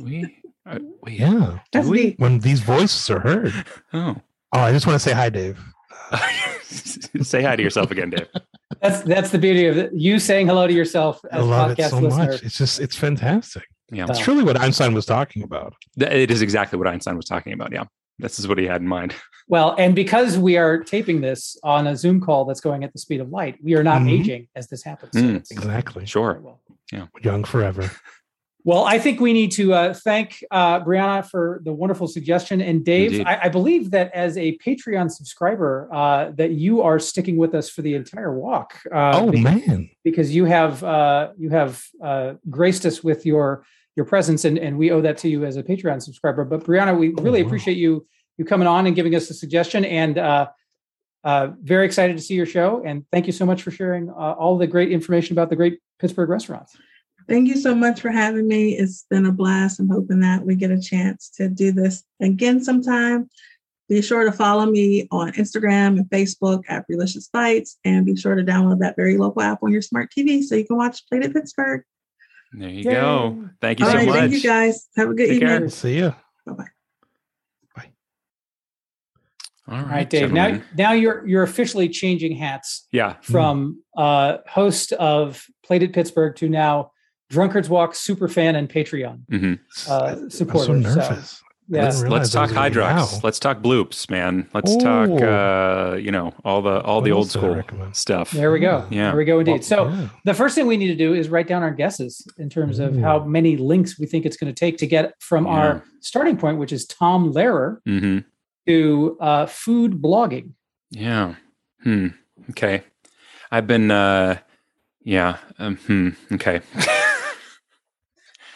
[SPEAKER 1] we? Uh, wait,
[SPEAKER 3] Yeah.
[SPEAKER 1] do we?
[SPEAKER 4] neat.
[SPEAKER 3] When these voices are heard.
[SPEAKER 1] Oh.
[SPEAKER 3] Oh, I just want to say hi, Dave.
[SPEAKER 1] Say hi to yourself again, Dave.
[SPEAKER 2] That's that's the beauty of it. you saying hello to yourself
[SPEAKER 3] I
[SPEAKER 2] as a
[SPEAKER 3] love it
[SPEAKER 2] podcast
[SPEAKER 3] so
[SPEAKER 2] listener.
[SPEAKER 3] much. It's just, it's fantastic.
[SPEAKER 1] Yeah.
[SPEAKER 2] Wow.
[SPEAKER 3] It's truly what Einstein was talking about.
[SPEAKER 1] Th- It is exactly what Einstein was talking about. Yeah. This is what he had in mind.
[SPEAKER 2] Well, and because we are taping this on a Zoom call that's going at the speed of light, we are not
[SPEAKER 3] Mhm.
[SPEAKER 2] aging as this happens. So
[SPEAKER 1] Mm.
[SPEAKER 2] that's-
[SPEAKER 3] Exactly.
[SPEAKER 1] Sure.
[SPEAKER 2] Well.
[SPEAKER 3] Young forever.
[SPEAKER 2] Well, I think we need to uh, thank uh, Brianna for the wonderful suggestion, and Dave,
[SPEAKER 1] Indeed.
[SPEAKER 2] I, I believe that as a Patreon subscriber, uh, that you are sticking with us for the entire walk. Uh,
[SPEAKER 3] oh,
[SPEAKER 2] be-
[SPEAKER 3] man.
[SPEAKER 2] because you have uh, you have uh, graced us with your your presence, and and we owe that to you as a Patreon subscriber. But Brianna, we
[SPEAKER 3] Oh,
[SPEAKER 2] really
[SPEAKER 1] Mm-hmm.
[SPEAKER 3] wow.
[SPEAKER 2] appreciate you you coming on and giving us a suggestion, and uh, uh, very excited to see your show, and thank you so much for sharing uh, all the great information about the great Pittsburgh restaurants.
[SPEAKER 4] Thank you so much for having me. It's been a blast. I'm hoping that we get a chance to do this again sometime. Be sure to follow me on Instagram and Facebook at Relicious Bites, and be sure to download that very local app on your smart TV so you can watch Plate at Pittsburgh.
[SPEAKER 1] There you
[SPEAKER 2] Yay.
[SPEAKER 1] go. Thank you
[SPEAKER 4] All
[SPEAKER 1] so
[SPEAKER 4] right,
[SPEAKER 1] much.
[SPEAKER 4] thank you guys. Have a good
[SPEAKER 1] Take care.
[SPEAKER 4] evening.
[SPEAKER 3] We'll see you.
[SPEAKER 1] All
[SPEAKER 2] All right, Dave. Now,
[SPEAKER 1] gentlemen. Hmm.
[SPEAKER 2] now you're you're officially changing hats
[SPEAKER 1] yeah.
[SPEAKER 2] from uh, host of Plated Pittsburgh to now Drunkards Walk super fan and Patreon
[SPEAKER 1] hmm
[SPEAKER 2] uh,
[SPEAKER 3] I'm so
[SPEAKER 2] supporter. So,
[SPEAKER 3] nervous.
[SPEAKER 2] yeah,
[SPEAKER 1] Let's, let's
[SPEAKER 3] realize that
[SPEAKER 1] talk
[SPEAKER 3] was gonna be
[SPEAKER 1] Hydrox.
[SPEAKER 3] now.
[SPEAKER 1] Let's talk bloops, man. Let's talk,
[SPEAKER 3] Ooh.
[SPEAKER 1] uh, you know, all the all the
[SPEAKER 3] What
[SPEAKER 1] old
[SPEAKER 3] else did I
[SPEAKER 1] school
[SPEAKER 3] recommend?
[SPEAKER 1] stuff.
[SPEAKER 2] there we go.
[SPEAKER 1] Yeah.
[SPEAKER 2] There we go indeed. So
[SPEAKER 3] Yeah.
[SPEAKER 2] the first thing we need to do is write down our guesses in terms of
[SPEAKER 3] Ooh.
[SPEAKER 2] how many links we think it's going to take to get from
[SPEAKER 1] Yeah.
[SPEAKER 2] our starting point, which is Tom Lehrer,
[SPEAKER 1] hmm
[SPEAKER 2] to uh, food blogging.
[SPEAKER 1] Yeah. Hmm. Okay. I've been. uh Yeah. Um, hmm. Okay.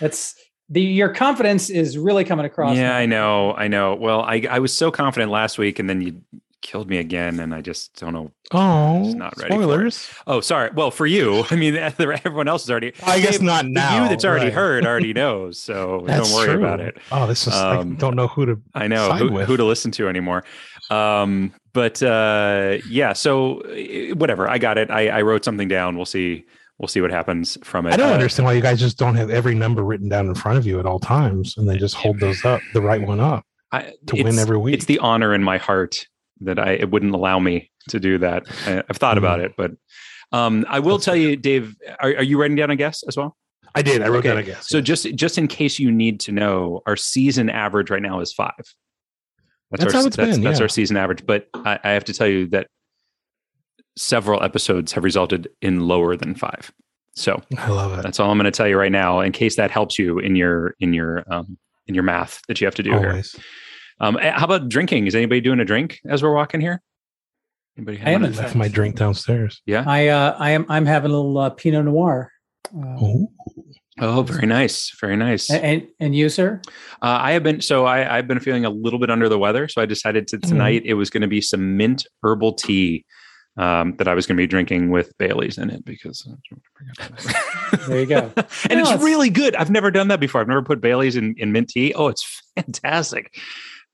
[SPEAKER 2] That's the your confidence is really coming across.
[SPEAKER 1] yeah,
[SPEAKER 2] now.
[SPEAKER 1] I know. I know. Well, I I was so confident last week, and then you killed me again, and I just don't know.
[SPEAKER 3] Oh,
[SPEAKER 1] Just not ready for it.
[SPEAKER 3] spoilers.
[SPEAKER 1] Oh, sorry. Well, for you, I mean, everyone else is already.
[SPEAKER 3] I guess
[SPEAKER 1] Dave,
[SPEAKER 3] not
[SPEAKER 1] the
[SPEAKER 3] now.
[SPEAKER 1] You that's already
[SPEAKER 3] right.
[SPEAKER 1] heard already knows, so
[SPEAKER 3] That's
[SPEAKER 1] don't worry
[SPEAKER 3] true.
[SPEAKER 1] about it.
[SPEAKER 3] Oh, this is
[SPEAKER 1] Um,
[SPEAKER 3] I don't know who to.
[SPEAKER 1] I know
[SPEAKER 3] side
[SPEAKER 1] who,
[SPEAKER 3] with.
[SPEAKER 1] who to listen to anymore. Um, but uh, yeah, so eh, whatever. I got it. I, I wrote something down. We'll see. We'll see what happens from it.
[SPEAKER 3] I don't
[SPEAKER 1] Uh,
[SPEAKER 3] understand why you guys just don't have every number written down in front of you at all times, and then just hold those up, the right one up,
[SPEAKER 1] I-
[SPEAKER 3] to
[SPEAKER 1] it's-
[SPEAKER 3] win every week.
[SPEAKER 1] It's the honor in my heart that I it wouldn't allow me to do that. I, I've thought about it, but um, I will
[SPEAKER 3] Mm-hmm. That's
[SPEAKER 1] tell you, Dave. Are, are you writing down a guess as well?
[SPEAKER 3] I did. I wrote
[SPEAKER 1] Okay,
[SPEAKER 3] down a guess.
[SPEAKER 1] So just just in case you need to know, our season average right now is five.
[SPEAKER 3] That's
[SPEAKER 1] our,
[SPEAKER 3] how it's
[SPEAKER 1] that's,
[SPEAKER 3] been,
[SPEAKER 1] That's
[SPEAKER 3] yeah.
[SPEAKER 1] our season average. But I, I have to tell you that several episodes have resulted in lower than five. So
[SPEAKER 3] I love it.
[SPEAKER 1] that's all I'm going to tell you right now, in case that helps you in your in your um, in your math that you have to do here.
[SPEAKER 3] Always.
[SPEAKER 1] Um, eh, how about drinking? Is anybody doing a drink as we're walking here? Anybody?
[SPEAKER 2] I
[SPEAKER 1] having
[SPEAKER 2] am
[SPEAKER 3] I
[SPEAKER 1] a-
[SPEAKER 2] in
[SPEAKER 3] left
[SPEAKER 2] fact.
[SPEAKER 3] my drink downstairs.
[SPEAKER 2] I uh, I am I'm having a little uh, Pinot Noir. Uh,
[SPEAKER 3] Oh,
[SPEAKER 1] Oh, very nice, very nice.
[SPEAKER 2] A- And and you, sir?
[SPEAKER 1] Uh, I have been so I, I've been feeling a little bit under the weather, so I decided to
[SPEAKER 2] Mm-hmm.
[SPEAKER 1] tonight it was going to be some mint herbal tea um, that I was going to be drinking with Bailey's in it because.
[SPEAKER 2] There you go.
[SPEAKER 1] and
[SPEAKER 2] No,
[SPEAKER 1] it's
[SPEAKER 2] it's-
[SPEAKER 1] really good. I've never done that before. I've never put Bailey's in, in mint tea. Oh, it's fantastic.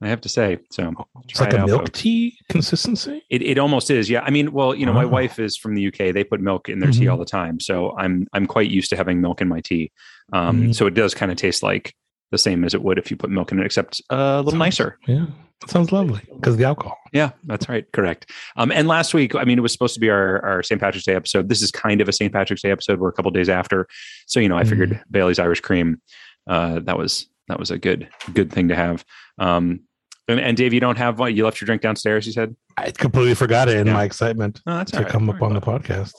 [SPEAKER 1] I have to say. So
[SPEAKER 2] Oh.
[SPEAKER 3] it's
[SPEAKER 1] try
[SPEAKER 3] like
[SPEAKER 1] it
[SPEAKER 3] a
[SPEAKER 1] out,
[SPEAKER 3] milk
[SPEAKER 1] folks.
[SPEAKER 3] tea consistency.
[SPEAKER 1] It, it almost is. Yeah. I mean, well, you know, my
[SPEAKER 2] Ah.
[SPEAKER 3] Wow.
[SPEAKER 1] wife is from the UK. They put milk in their tea
[SPEAKER 2] Mm-hmm.
[SPEAKER 3] Mhm.
[SPEAKER 1] all the time. So I'm I'm quite used to having milk in my tea. Um,
[SPEAKER 2] Mm-hmm.
[SPEAKER 3] Mm.
[SPEAKER 1] So it does kind of taste like the same as it would if you put milk in it, except a little
[SPEAKER 3] Sounds-
[SPEAKER 1] nicer.
[SPEAKER 3] Yeah, that sounds lovely because the alcohol.
[SPEAKER 1] Yeah, that's right. Correct. Um, and last week, I mean, it was supposed to be our, our St. Patrick's Day episode. This is kind of a St. Patrick's Day episode. We're a couple days after, so you know, I
[SPEAKER 3] Mm.
[SPEAKER 1] figured Bailey's Irish Cream. Uh, that was that was a good good thing to have. Um, and, and Dave, you don't have one. You left your drink downstairs. You said,
[SPEAKER 3] I completely forgot it in
[SPEAKER 1] Yeah.
[SPEAKER 3] my excitement
[SPEAKER 1] "No, that's
[SPEAKER 3] to
[SPEAKER 1] all right.
[SPEAKER 3] come
[SPEAKER 1] Don't
[SPEAKER 3] up
[SPEAKER 1] worry
[SPEAKER 3] on the
[SPEAKER 1] about it."
[SPEAKER 3] podcast.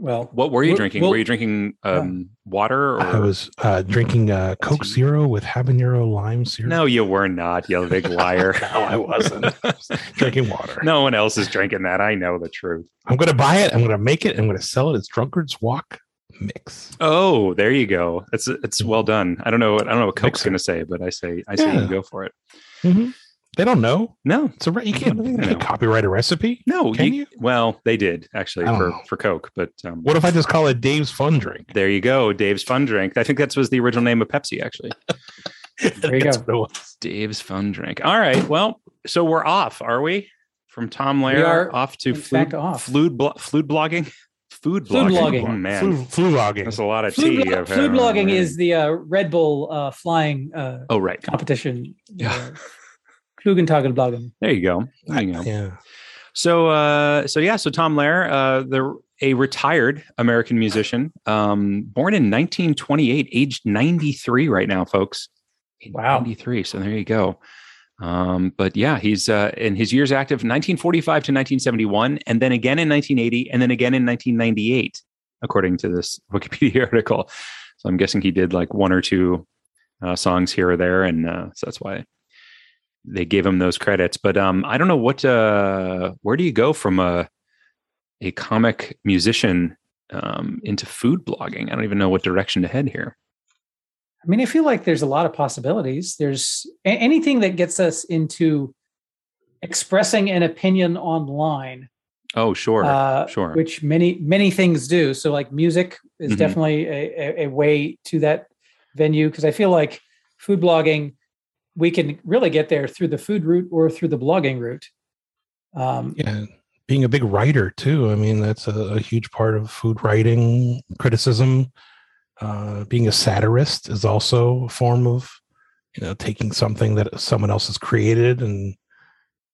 [SPEAKER 2] Well,
[SPEAKER 1] What were you
[SPEAKER 2] We'll-
[SPEAKER 1] drinking?
[SPEAKER 2] we'll-
[SPEAKER 1] were you drinking um, water or?
[SPEAKER 3] uh, I was uh, drinking uh, Coke
[SPEAKER 1] Tea.
[SPEAKER 3] Zero with habanero lime syrup.
[SPEAKER 1] No, you were not. You big liar.
[SPEAKER 3] No, I wasn't. I was drinking water.
[SPEAKER 1] no one else is drinking that. I know the truth.
[SPEAKER 3] I'm going to buy it. I'm going to make it. I'm going to sell it as Drunkard's Walk mix.
[SPEAKER 1] Oh, there you go. It's it's well done. I don't know. what I don't know what Coke's
[SPEAKER 3] Mixer.
[SPEAKER 1] going to say, but I say I say
[SPEAKER 3] Mm. Yeah.
[SPEAKER 2] Mm-hmm.
[SPEAKER 1] you go for it.
[SPEAKER 3] Mhm. They don't know.
[SPEAKER 1] No,
[SPEAKER 3] It's a re- you can't, you
[SPEAKER 1] No.
[SPEAKER 3] can't copyright a recipe.
[SPEAKER 1] no.
[SPEAKER 3] Can you?
[SPEAKER 1] Well, they did actually
[SPEAKER 3] I don't
[SPEAKER 1] for
[SPEAKER 3] know.
[SPEAKER 1] for Coke, but um,
[SPEAKER 3] What if I just call it Dave's Fun Drink?
[SPEAKER 1] there you go, Dave's Fun Drink. I think that was the original name of Pepsi, actually.
[SPEAKER 2] There you
[SPEAKER 3] That's
[SPEAKER 2] go.
[SPEAKER 3] what it was.
[SPEAKER 1] Dave's Fun Drink. All right. Well, so we're off, are we? From Tom Lair
[SPEAKER 2] are,
[SPEAKER 1] off to
[SPEAKER 2] in
[SPEAKER 1] food,
[SPEAKER 2] fact, off.
[SPEAKER 1] food, blo- food blogging, food
[SPEAKER 2] Food
[SPEAKER 1] blogging.
[SPEAKER 2] blogging.
[SPEAKER 1] Oh, man,
[SPEAKER 3] Flu, flu logging.
[SPEAKER 1] that's a lot of
[SPEAKER 2] Food,
[SPEAKER 1] tea.
[SPEAKER 2] blo-
[SPEAKER 1] I've had
[SPEAKER 2] food
[SPEAKER 1] on
[SPEAKER 2] blogging
[SPEAKER 1] there.
[SPEAKER 2] is the uh, Red Bull uh, flying uh,
[SPEAKER 1] Oh right.
[SPEAKER 2] competition.
[SPEAKER 1] Yeah.
[SPEAKER 2] Uh, Flugentagelbloggen.
[SPEAKER 1] There you go. There you go.
[SPEAKER 3] Yeah.
[SPEAKER 1] So, uh, so yeah, so Tom Lair, uh, the a retired American musician, um, born in 1928, aged 93 right now, folks.
[SPEAKER 2] Wow.
[SPEAKER 1] 93. So there you go. Um, but yeah, he's uh, in his years active 1945 to 1971, and then again in 1980, and then again in 1998, according to this Wikipedia article. So I'm guessing he did like one or two uh, songs here or there, and uh, so that's why they gave him those credits. But um, I don't know what. Uh, where do you go from a a comic musician um, into food blogging? I don't even know what direction to head here.
[SPEAKER 2] I mean, I feel like there's a lot of possibilities. There's a- anything that gets us into expressing an opinion online,
[SPEAKER 1] Oh, sure,
[SPEAKER 2] uh,
[SPEAKER 1] sure.
[SPEAKER 2] which many many things do. So, like music is
[SPEAKER 1] Mhm.
[SPEAKER 2] definitely a, a, a way to that venue because I feel like food blogging, we can really get there through the food route or through the blogging route. Um,
[SPEAKER 3] Yeah. Being a big writer too. I mean, that's a, a huge part of food writing, criticism. Uh, being a satirist is also a form of, you know, taking something that someone else has created and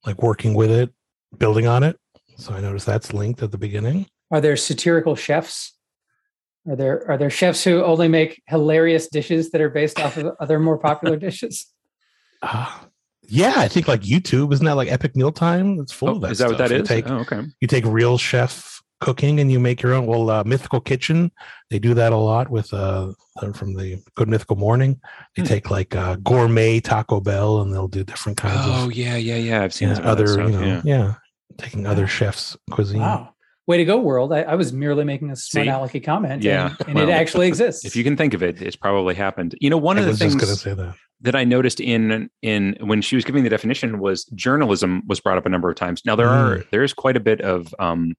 [SPEAKER 3] like working with it, building on it. So I noticed that's linked at the beginning.
[SPEAKER 2] Are there satirical chefs? Are there are there chefs who only make hilarious dishes that are based off of other more popular dishes?
[SPEAKER 3] Uh,
[SPEAKER 1] Ah.
[SPEAKER 3] yeah, I think like YouTube isn't that like Epic Meal Time? It's full
[SPEAKER 1] Oh,
[SPEAKER 3] of that.
[SPEAKER 1] is that what
[SPEAKER 3] stuff.
[SPEAKER 1] that
[SPEAKER 3] You
[SPEAKER 1] is?
[SPEAKER 3] Take,
[SPEAKER 1] oh, okay.
[SPEAKER 3] you take real chef cooking and you make your own well uh, mythical kitchen they do that a lot with uh uh, from the good mythical morning they
[SPEAKER 1] Hmm.
[SPEAKER 3] take like uh gourmet taco bell and they'll do different kinds
[SPEAKER 1] Oh
[SPEAKER 3] of
[SPEAKER 1] yeah, yeah, yeah. I've
[SPEAKER 3] you
[SPEAKER 1] seen
[SPEAKER 3] know,
[SPEAKER 1] some of that
[SPEAKER 3] other
[SPEAKER 1] stuff,
[SPEAKER 3] you know
[SPEAKER 1] yeah.
[SPEAKER 3] yeah, taking other chefs cuisine
[SPEAKER 2] Wow. Way to go, world. I, I was merely making a smart
[SPEAKER 1] See?
[SPEAKER 2] alecky comment. and-
[SPEAKER 1] Yeah,
[SPEAKER 2] And,
[SPEAKER 1] well,
[SPEAKER 2] it actually exists.
[SPEAKER 1] If you can think of it, it's probably happened. You know, one
[SPEAKER 3] I
[SPEAKER 1] of the
[SPEAKER 3] was
[SPEAKER 1] things
[SPEAKER 3] just gonna say that
[SPEAKER 1] that I noticed in in when she was giving the definition was journalism was brought up a number of times. Now there are there is quite a bit of um,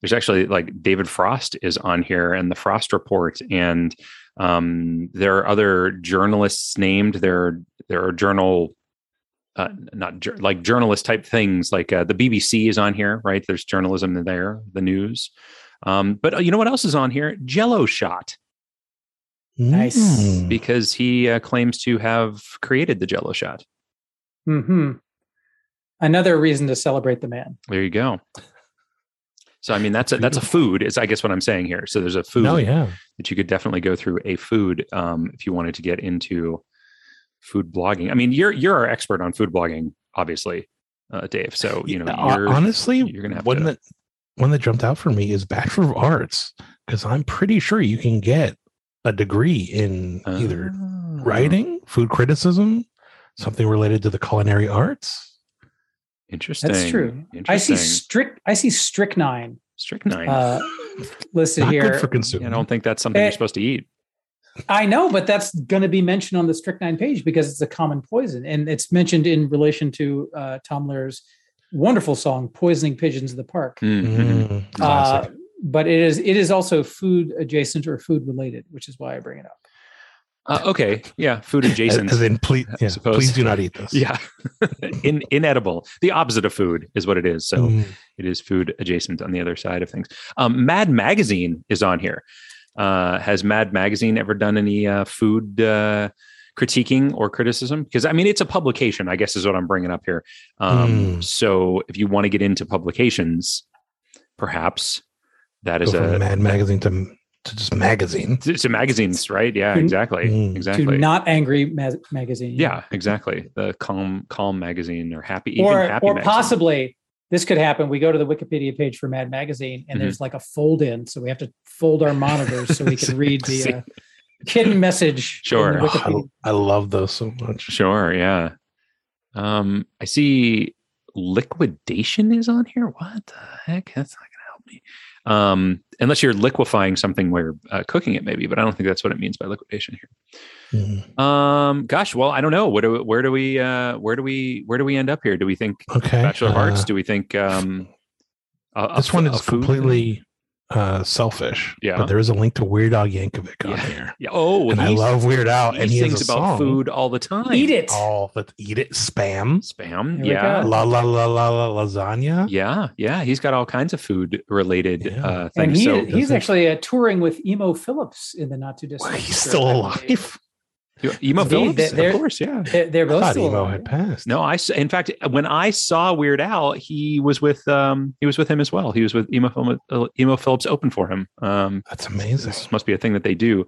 [SPEAKER 1] there's actually like David Frost is on here and the Frost Report and um, there are other journalists named. There are, there are journal. Uh, not jour- like journalist type things like uh, the BBC is on here, right? There's journalism in there, the news. Um, but uh, you know what else is on here? Jello shot
[SPEAKER 2] Nice.
[SPEAKER 3] Mm.
[SPEAKER 1] because he uh, claims to have created the Jello shot.
[SPEAKER 2] hmm Another reason to celebrate the man.
[SPEAKER 1] There you go. So I mean that's a that's a food is I guess what I'm saying here. So there's a food
[SPEAKER 3] no Oh, yeah
[SPEAKER 1] that you could definitely go through a food um, if you wanted to get into food blogging. I mean you're you're our expert on food blogging, obviously, uh, Dave. So you know
[SPEAKER 3] Yeah, hon-
[SPEAKER 1] you're,
[SPEAKER 3] honestly
[SPEAKER 1] you're gonna have
[SPEAKER 3] one
[SPEAKER 1] to-
[SPEAKER 3] that one that jumped out for me is bachelor of arts because i'm pretty sure you can get a degree in
[SPEAKER 1] uh,
[SPEAKER 3] either
[SPEAKER 2] Oh.
[SPEAKER 3] writing, food criticism, something related to the culinary arts.
[SPEAKER 1] Interesting.
[SPEAKER 2] true. I see
[SPEAKER 1] Interesting.
[SPEAKER 2] strict I see strychnine
[SPEAKER 1] strychnine.
[SPEAKER 2] uh, listed
[SPEAKER 3] Not
[SPEAKER 2] here.
[SPEAKER 3] good for
[SPEAKER 1] Yeah, I
[SPEAKER 3] consuming.
[SPEAKER 1] don't think that's something you're
[SPEAKER 2] Eh.
[SPEAKER 1] supposed to eat.
[SPEAKER 2] I know, but that's going to be mentioned on the strychnine page because it's a common poison, and it's mentioned in relation to uh, Tom Lehrer's wonderful song "Poisoning Pigeons in the Park."
[SPEAKER 1] Mhm.
[SPEAKER 3] Mm,
[SPEAKER 2] Uh,
[SPEAKER 3] classic.
[SPEAKER 2] but it is it is also food adjacent or food related, which is why I bring it up.
[SPEAKER 1] Uh, okay. Yeah. Food adjacent.
[SPEAKER 3] As, as in, please, yeah,
[SPEAKER 1] suppose.
[SPEAKER 3] please do not eat this.
[SPEAKER 1] yeah. In, inedible. The opposite of food is what it is. So
[SPEAKER 3] Mm.
[SPEAKER 1] it is food adjacent on the other side of things. Um, Mad Magazine is on here. Uh, has Mad Magazine ever done any uh, food uh, critiquing or criticism? Because I mean, it's a publication, I guess, is what I'm bringing up here. Um,
[SPEAKER 3] Hmm.
[SPEAKER 1] So if you want to get into publications, perhaps that
[SPEAKER 3] Go
[SPEAKER 1] is
[SPEAKER 3] from
[SPEAKER 1] a
[SPEAKER 3] Mad Magazine to, to just magazine.
[SPEAKER 1] it's a magazines, right? Yeah,
[SPEAKER 2] To-
[SPEAKER 1] exactly,
[SPEAKER 3] Hmm.
[SPEAKER 1] exactly.
[SPEAKER 2] To not angry ma- magazine,
[SPEAKER 1] yeah, exactly. The calm, calm magazine or happy,
[SPEAKER 2] or
[SPEAKER 1] even happy
[SPEAKER 2] or
[SPEAKER 1] magazine.
[SPEAKER 2] possibly this could happen. We go to the Wikipedia page for Mad Magazine, and
[SPEAKER 1] Mhm.
[SPEAKER 2] there's like a fold in, so we have to fold our monitors so we can read the uh, hidden message. in
[SPEAKER 1] Sure.
[SPEAKER 2] the
[SPEAKER 1] Oh,
[SPEAKER 2] Wikipedia.
[SPEAKER 3] Oh, I, I love those so much.
[SPEAKER 1] Sure, yeah. Um, I see liquidation is on here. What the heck? That's not gonna help differently. Um, unless you're liquefying something while you're uh, cooking it, maybe, but I don't think that's what it means by liquidation here.
[SPEAKER 3] Mhm.
[SPEAKER 1] Um, gosh, well, I don't know. What do, where do we uh, where do we where do we end up here? Do we think
[SPEAKER 3] Okay.
[SPEAKER 1] Bachelor of Arts?
[SPEAKER 3] uh,
[SPEAKER 1] Do we think um, a, a
[SPEAKER 3] this one
[SPEAKER 1] f- a
[SPEAKER 3] is
[SPEAKER 1] food?
[SPEAKER 3] completely uh, selfish.
[SPEAKER 1] Yeah.
[SPEAKER 3] But there is a link to Weird Al Yankovic on
[SPEAKER 1] Yeah.
[SPEAKER 3] here.
[SPEAKER 1] Yeah. Oh,
[SPEAKER 3] and I
[SPEAKER 1] he's-
[SPEAKER 3] love Weird Al.
[SPEAKER 1] he
[SPEAKER 3] and he
[SPEAKER 1] sings
[SPEAKER 3] has a
[SPEAKER 1] about
[SPEAKER 3] song.
[SPEAKER 1] food all the
[SPEAKER 3] Oh,
[SPEAKER 1] time.
[SPEAKER 2] Eat it.
[SPEAKER 3] All but eat it. Spam.
[SPEAKER 1] Spam.
[SPEAKER 2] Here we
[SPEAKER 1] Yeah.
[SPEAKER 2] go.
[SPEAKER 3] La la la la la lasagna.
[SPEAKER 1] Yeah, yeah, he's got all kinds of food related
[SPEAKER 3] Yeah.
[SPEAKER 1] uh,
[SPEAKER 2] And
[SPEAKER 1] things.
[SPEAKER 2] he,
[SPEAKER 1] so
[SPEAKER 2] he's
[SPEAKER 3] doesn't-
[SPEAKER 2] actually uh, touring with Emo Phillips in the not too distant.
[SPEAKER 3] Well, he's
[SPEAKER 2] future,
[SPEAKER 3] still
[SPEAKER 2] I believe.
[SPEAKER 3] alive.
[SPEAKER 1] you- Emo
[SPEAKER 2] Indeed,
[SPEAKER 1] Phillips,
[SPEAKER 2] there- there-
[SPEAKER 1] of course, yeah.
[SPEAKER 2] They're, they're
[SPEAKER 3] I
[SPEAKER 2] both
[SPEAKER 3] thought
[SPEAKER 2] still
[SPEAKER 3] Emo
[SPEAKER 2] alive.
[SPEAKER 3] had passed.
[SPEAKER 1] No, I. s- In fact, when I saw Weird Al, he was with um he was with him as well. He was with Emo Phil- uh, Emo Phillips open for him. Um,
[SPEAKER 3] That's amazing.
[SPEAKER 1] this must be a thing that they do.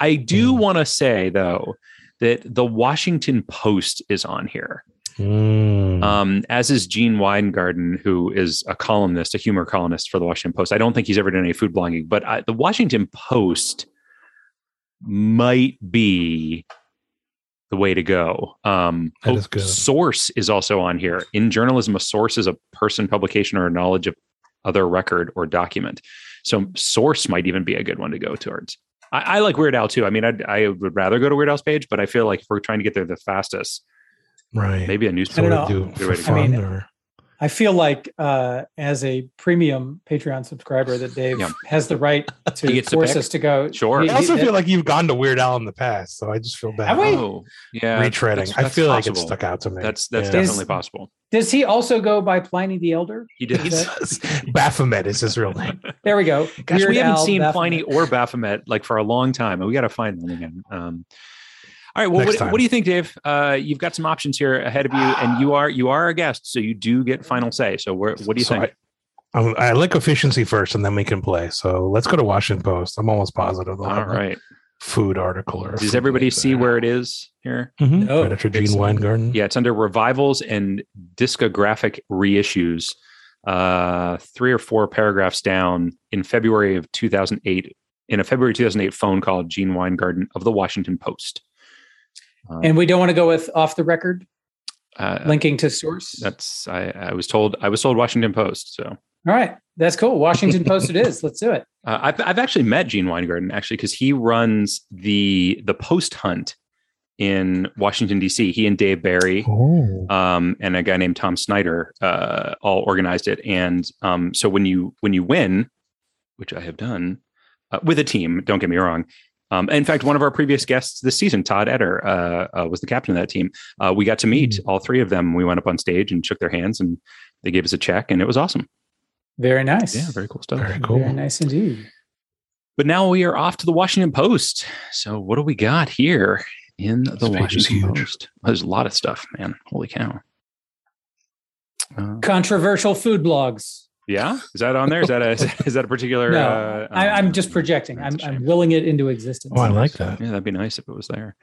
[SPEAKER 1] I do
[SPEAKER 3] Mm.
[SPEAKER 1] want to say though that the Washington Post is on here,
[SPEAKER 3] Mm.
[SPEAKER 1] um, as is Gene Weingarten, who is a columnist, a humor columnist for the Washington Post. I don't think he's ever done any food blogging, but I, the Washington Post might be the way to go. Um,
[SPEAKER 3] That
[SPEAKER 1] oh,
[SPEAKER 3] is good.
[SPEAKER 1] Source is also on here. In journalism, a source is a person, publication, or knowledge of other record or document. So source might even be a good one to go towards. I, I like Weird Al too. I mean, I'd, I would rather go to Weird Al's page, but I feel like if we're trying to get there the fastest,
[SPEAKER 3] right.
[SPEAKER 1] maybe a news.
[SPEAKER 3] So
[SPEAKER 2] I don't
[SPEAKER 3] what do
[SPEAKER 1] know.
[SPEAKER 3] you do
[SPEAKER 1] Good
[SPEAKER 3] for
[SPEAKER 1] way to
[SPEAKER 2] go. I
[SPEAKER 3] fun
[SPEAKER 2] mean,
[SPEAKER 3] or
[SPEAKER 2] I feel like uh, as a premium Patreon subscriber that Dave
[SPEAKER 1] Yeah.
[SPEAKER 2] has the right
[SPEAKER 1] He
[SPEAKER 2] to
[SPEAKER 1] gets to
[SPEAKER 2] force
[SPEAKER 1] pick?
[SPEAKER 2] us to go.
[SPEAKER 1] Sure.
[SPEAKER 2] He-
[SPEAKER 3] I also
[SPEAKER 2] he-
[SPEAKER 3] feel like you've gone to Weird Al in the past, so I just feel bad.
[SPEAKER 2] Have we?
[SPEAKER 1] Oh, yeah,
[SPEAKER 3] retreading.
[SPEAKER 1] that's-
[SPEAKER 3] I
[SPEAKER 1] that's
[SPEAKER 3] feel like it
[SPEAKER 1] possible.
[SPEAKER 3] stuck out to me.
[SPEAKER 1] That's that's
[SPEAKER 3] Yeah.
[SPEAKER 1] definitely possible.
[SPEAKER 2] does he also go by Pliny the Elder?
[SPEAKER 1] He did.
[SPEAKER 3] He does. Baphomet is his real name.
[SPEAKER 2] There we go.
[SPEAKER 1] Gosh,
[SPEAKER 2] Weird
[SPEAKER 1] we haven't
[SPEAKER 2] Al
[SPEAKER 1] seen
[SPEAKER 2] Baphomet.
[SPEAKER 1] Pliny or Baphomet like for a long time, and we got to find them again. Um, all right. Well,
[SPEAKER 3] Next
[SPEAKER 1] what,
[SPEAKER 3] time.
[SPEAKER 1] what do you think, Dave? Uh, you've got some options here ahead of you, and you are you are a guest, so you do get final say. So, where, what do you
[SPEAKER 3] So
[SPEAKER 1] think?
[SPEAKER 3] I, I'm- I like efficiency first, and then we can play. So let's go to Washington Post. I'm almost positive. they'll
[SPEAKER 1] all
[SPEAKER 3] have a
[SPEAKER 1] right.
[SPEAKER 3] Food article. Or a
[SPEAKER 1] Does
[SPEAKER 3] food
[SPEAKER 1] everybody
[SPEAKER 3] link
[SPEAKER 1] see
[SPEAKER 3] there.
[SPEAKER 1] where it is here?
[SPEAKER 3] Mhm.
[SPEAKER 2] No.
[SPEAKER 3] Right after
[SPEAKER 1] It's-
[SPEAKER 3] Gene Weingarten.
[SPEAKER 1] Yeah, it's under revivals and discographic reissues. Uh, three or four paragraphs down in February of 2008, in a February 2008 phone call, Gene Weingarten of the Washington Post. Um,
[SPEAKER 2] And we don't want to go with off the record
[SPEAKER 1] Uh,
[SPEAKER 2] linking to source.
[SPEAKER 1] That's I, I was told I was told Washington Post. So
[SPEAKER 2] All right. That's cool. Washington Post it is. Let's do it.
[SPEAKER 1] uh, I've I've actually met Gene Weingarten actually because he runs the the Post Hunt in Washington D.C. He and Dave Barry.
[SPEAKER 3] Oh.
[SPEAKER 1] Um, and a guy named Tom Snyder uh, all organized it, and um, so when you when you win, which I have done uh, with a team, don't get me wrong. Um, in fact, one of our previous guests this season, Todd Etter, uh, uh, was the captain of that team. Uh, we got to meet
[SPEAKER 3] Hmm.
[SPEAKER 1] all three of them. We went up on stage and shook their hands, and they gave us a check, and it was awesome.
[SPEAKER 2] Very nice.
[SPEAKER 1] Yeah, very cool stuff.
[SPEAKER 3] Very cool.
[SPEAKER 2] Very nice indeed.
[SPEAKER 1] But now we are off to the Washington Post. So what do we got here in the
[SPEAKER 3] This page is
[SPEAKER 1] Washington
[SPEAKER 3] huge.
[SPEAKER 1] Post? There's a lot of stuff, man. Holy cow. Uh,
[SPEAKER 2] Controversial food blogs.
[SPEAKER 1] yeah, is that on there? Is that a is that- is that a particular?
[SPEAKER 2] No,
[SPEAKER 1] uh,
[SPEAKER 2] I,
[SPEAKER 1] um,
[SPEAKER 2] I'm just projecting.
[SPEAKER 1] that's
[SPEAKER 2] I'm,
[SPEAKER 1] a
[SPEAKER 2] I'm
[SPEAKER 1] shame.
[SPEAKER 2] willing it into existence.
[SPEAKER 3] Oh, I like that.
[SPEAKER 1] Yeah, that'd be nice if it was there.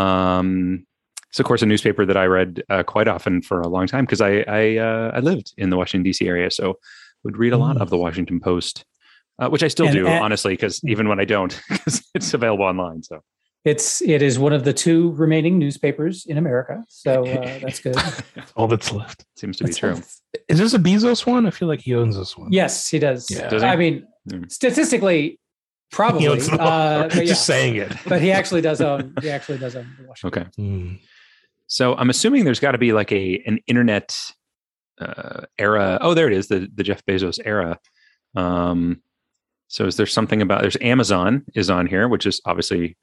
[SPEAKER 1] Um, it's of course a newspaper that I read uh, quite often for a long time because I I, uh, I lived in the Washington D.C. area, so would read a lot
[SPEAKER 3] Mm.
[SPEAKER 1] of the Washington Post, uh, which I still
[SPEAKER 2] And Mm.
[SPEAKER 1] do
[SPEAKER 2] at-
[SPEAKER 1] honestly because even when I don't, 'cause it's available online. So
[SPEAKER 2] It's it is one of the two remaining newspapers in America, so uh, that's good.
[SPEAKER 3] All that's left.
[SPEAKER 1] seems to be
[SPEAKER 2] That's-
[SPEAKER 1] true.
[SPEAKER 3] Is this a Bezos one? I feel like he owns this one.
[SPEAKER 2] Yes, he does.
[SPEAKER 3] Yeah.
[SPEAKER 1] Does he?
[SPEAKER 2] I mean,
[SPEAKER 1] Hmm.
[SPEAKER 2] statistically, probably.
[SPEAKER 3] He owns them all.
[SPEAKER 2] uh, but, yeah.
[SPEAKER 3] Just saying it.
[SPEAKER 2] but he actually does own. He actually does own the Washington.
[SPEAKER 1] Okay.
[SPEAKER 3] Mm.
[SPEAKER 1] So I'm assuming there's got to be like a an internet uh, era. Oh, there it is, the the Jeff Bezos era. Um, so is there something about there's Amazon is on here, which is obviously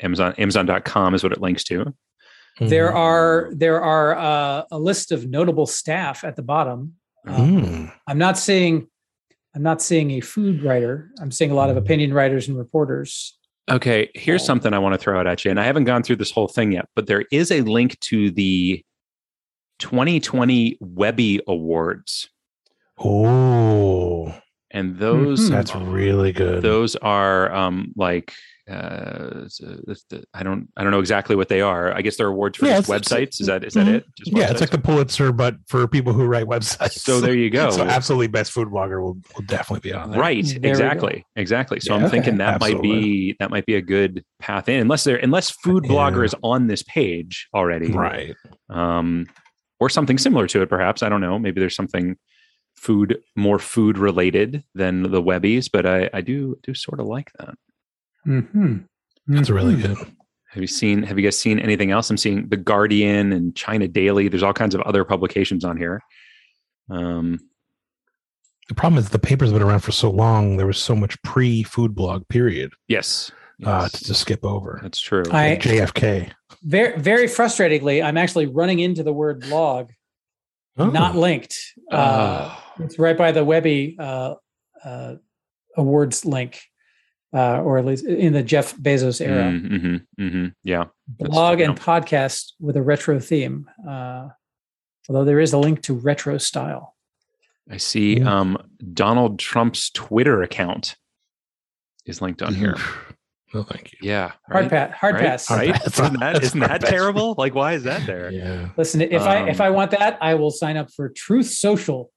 [SPEAKER 1] Amazon Amazon.com is what it links to.
[SPEAKER 3] hmm, Mm-hmm.
[SPEAKER 2] There are there are uh, a list of notable staff at the bottom. Um,
[SPEAKER 3] Mm.
[SPEAKER 2] I'm not seeing. I'm not seeing a food writer. I'm seeing a lot of
[SPEAKER 3] Mm-hmm.
[SPEAKER 2] opinion writers and reporters.
[SPEAKER 1] Okay, here's something I want to throw out at you, and I haven't gone through this whole thing yet, but there is a link to the 2020 Webby Awards,
[SPEAKER 2] um,
[SPEAKER 1] Hmm.
[SPEAKER 3] Oh,
[SPEAKER 1] and those
[SPEAKER 2] Mhm.
[SPEAKER 3] that's really good.
[SPEAKER 1] those are um like uh s- uh, that's the- i don't i don't know exactly what they are i guess they're awards for
[SPEAKER 3] Yeah,
[SPEAKER 1] just
[SPEAKER 3] it's-
[SPEAKER 1] websites
[SPEAKER 3] it's-
[SPEAKER 1] is that is that
[SPEAKER 3] mhm.
[SPEAKER 1] it just
[SPEAKER 3] yeah, it's
[SPEAKER 1] websites?
[SPEAKER 3] like the Pulitzer, but for people who write websites.
[SPEAKER 1] so there you go
[SPEAKER 3] So absolutely, best food blogger will, will definitely be on there.
[SPEAKER 1] right
[SPEAKER 2] There we go.
[SPEAKER 1] exactly exactly so
[SPEAKER 3] Yeah,
[SPEAKER 1] i'm
[SPEAKER 3] okay,
[SPEAKER 1] thinking that might be
[SPEAKER 3] absolutely.
[SPEAKER 1] that might be a good path in unless they're unless food blogger
[SPEAKER 3] Yeah.
[SPEAKER 1] is on this page already
[SPEAKER 3] Right.
[SPEAKER 1] um or something similar to it perhaps i don't know maybe there's something food more food related than the Webbies, but I, I do do sort of like that.
[SPEAKER 2] Mm-hmm.
[SPEAKER 3] That's really good.
[SPEAKER 1] Have you seen? Have you guys seen anything else? I'm seeing the Guardian and China Daily. There's all kinds of other publications on here. Um,
[SPEAKER 3] The problem is the paper's been around for so long. There was so much pre-food blog period
[SPEAKER 1] yes,
[SPEAKER 3] uh,
[SPEAKER 1] Yes.
[SPEAKER 3] to, to skip over.
[SPEAKER 1] that's true.
[SPEAKER 2] I-
[SPEAKER 3] JFK.
[SPEAKER 2] Very, very frustratingly, I'm actually running into the word blog,
[SPEAKER 3] Oh. Ah.
[SPEAKER 2] not linked. Uh,
[SPEAKER 1] Oh.
[SPEAKER 2] it's right by the Webby uh, uh, awards link, uh, or at least in the Jeff Bezos era.
[SPEAKER 1] Mm, mhm, mhm. Yeah, That's
[SPEAKER 2] blog
[SPEAKER 1] fair
[SPEAKER 2] and podcast with a retro theme. Uh, although there is a link to retro style.
[SPEAKER 1] I see.
[SPEAKER 3] Yeah.
[SPEAKER 1] Um, Donald Trump's Twitter account is linked on
[SPEAKER 3] Mm-hmm.
[SPEAKER 1] here.
[SPEAKER 3] No, thank you.
[SPEAKER 1] Yeah,
[SPEAKER 2] Hard
[SPEAKER 1] right?
[SPEAKER 2] pass. Hard
[SPEAKER 1] right?
[SPEAKER 2] pass.
[SPEAKER 1] Right?
[SPEAKER 3] That's
[SPEAKER 1] Isn't
[SPEAKER 3] not-
[SPEAKER 1] that,
[SPEAKER 3] that's
[SPEAKER 1] isn't
[SPEAKER 3] not
[SPEAKER 1] that
[SPEAKER 3] bad.
[SPEAKER 1] terrible? Like, why is that there?
[SPEAKER 3] Yeah.
[SPEAKER 2] Listen, if I if
[SPEAKER 1] Um,
[SPEAKER 2] I want that, I will sign up for Truth Social.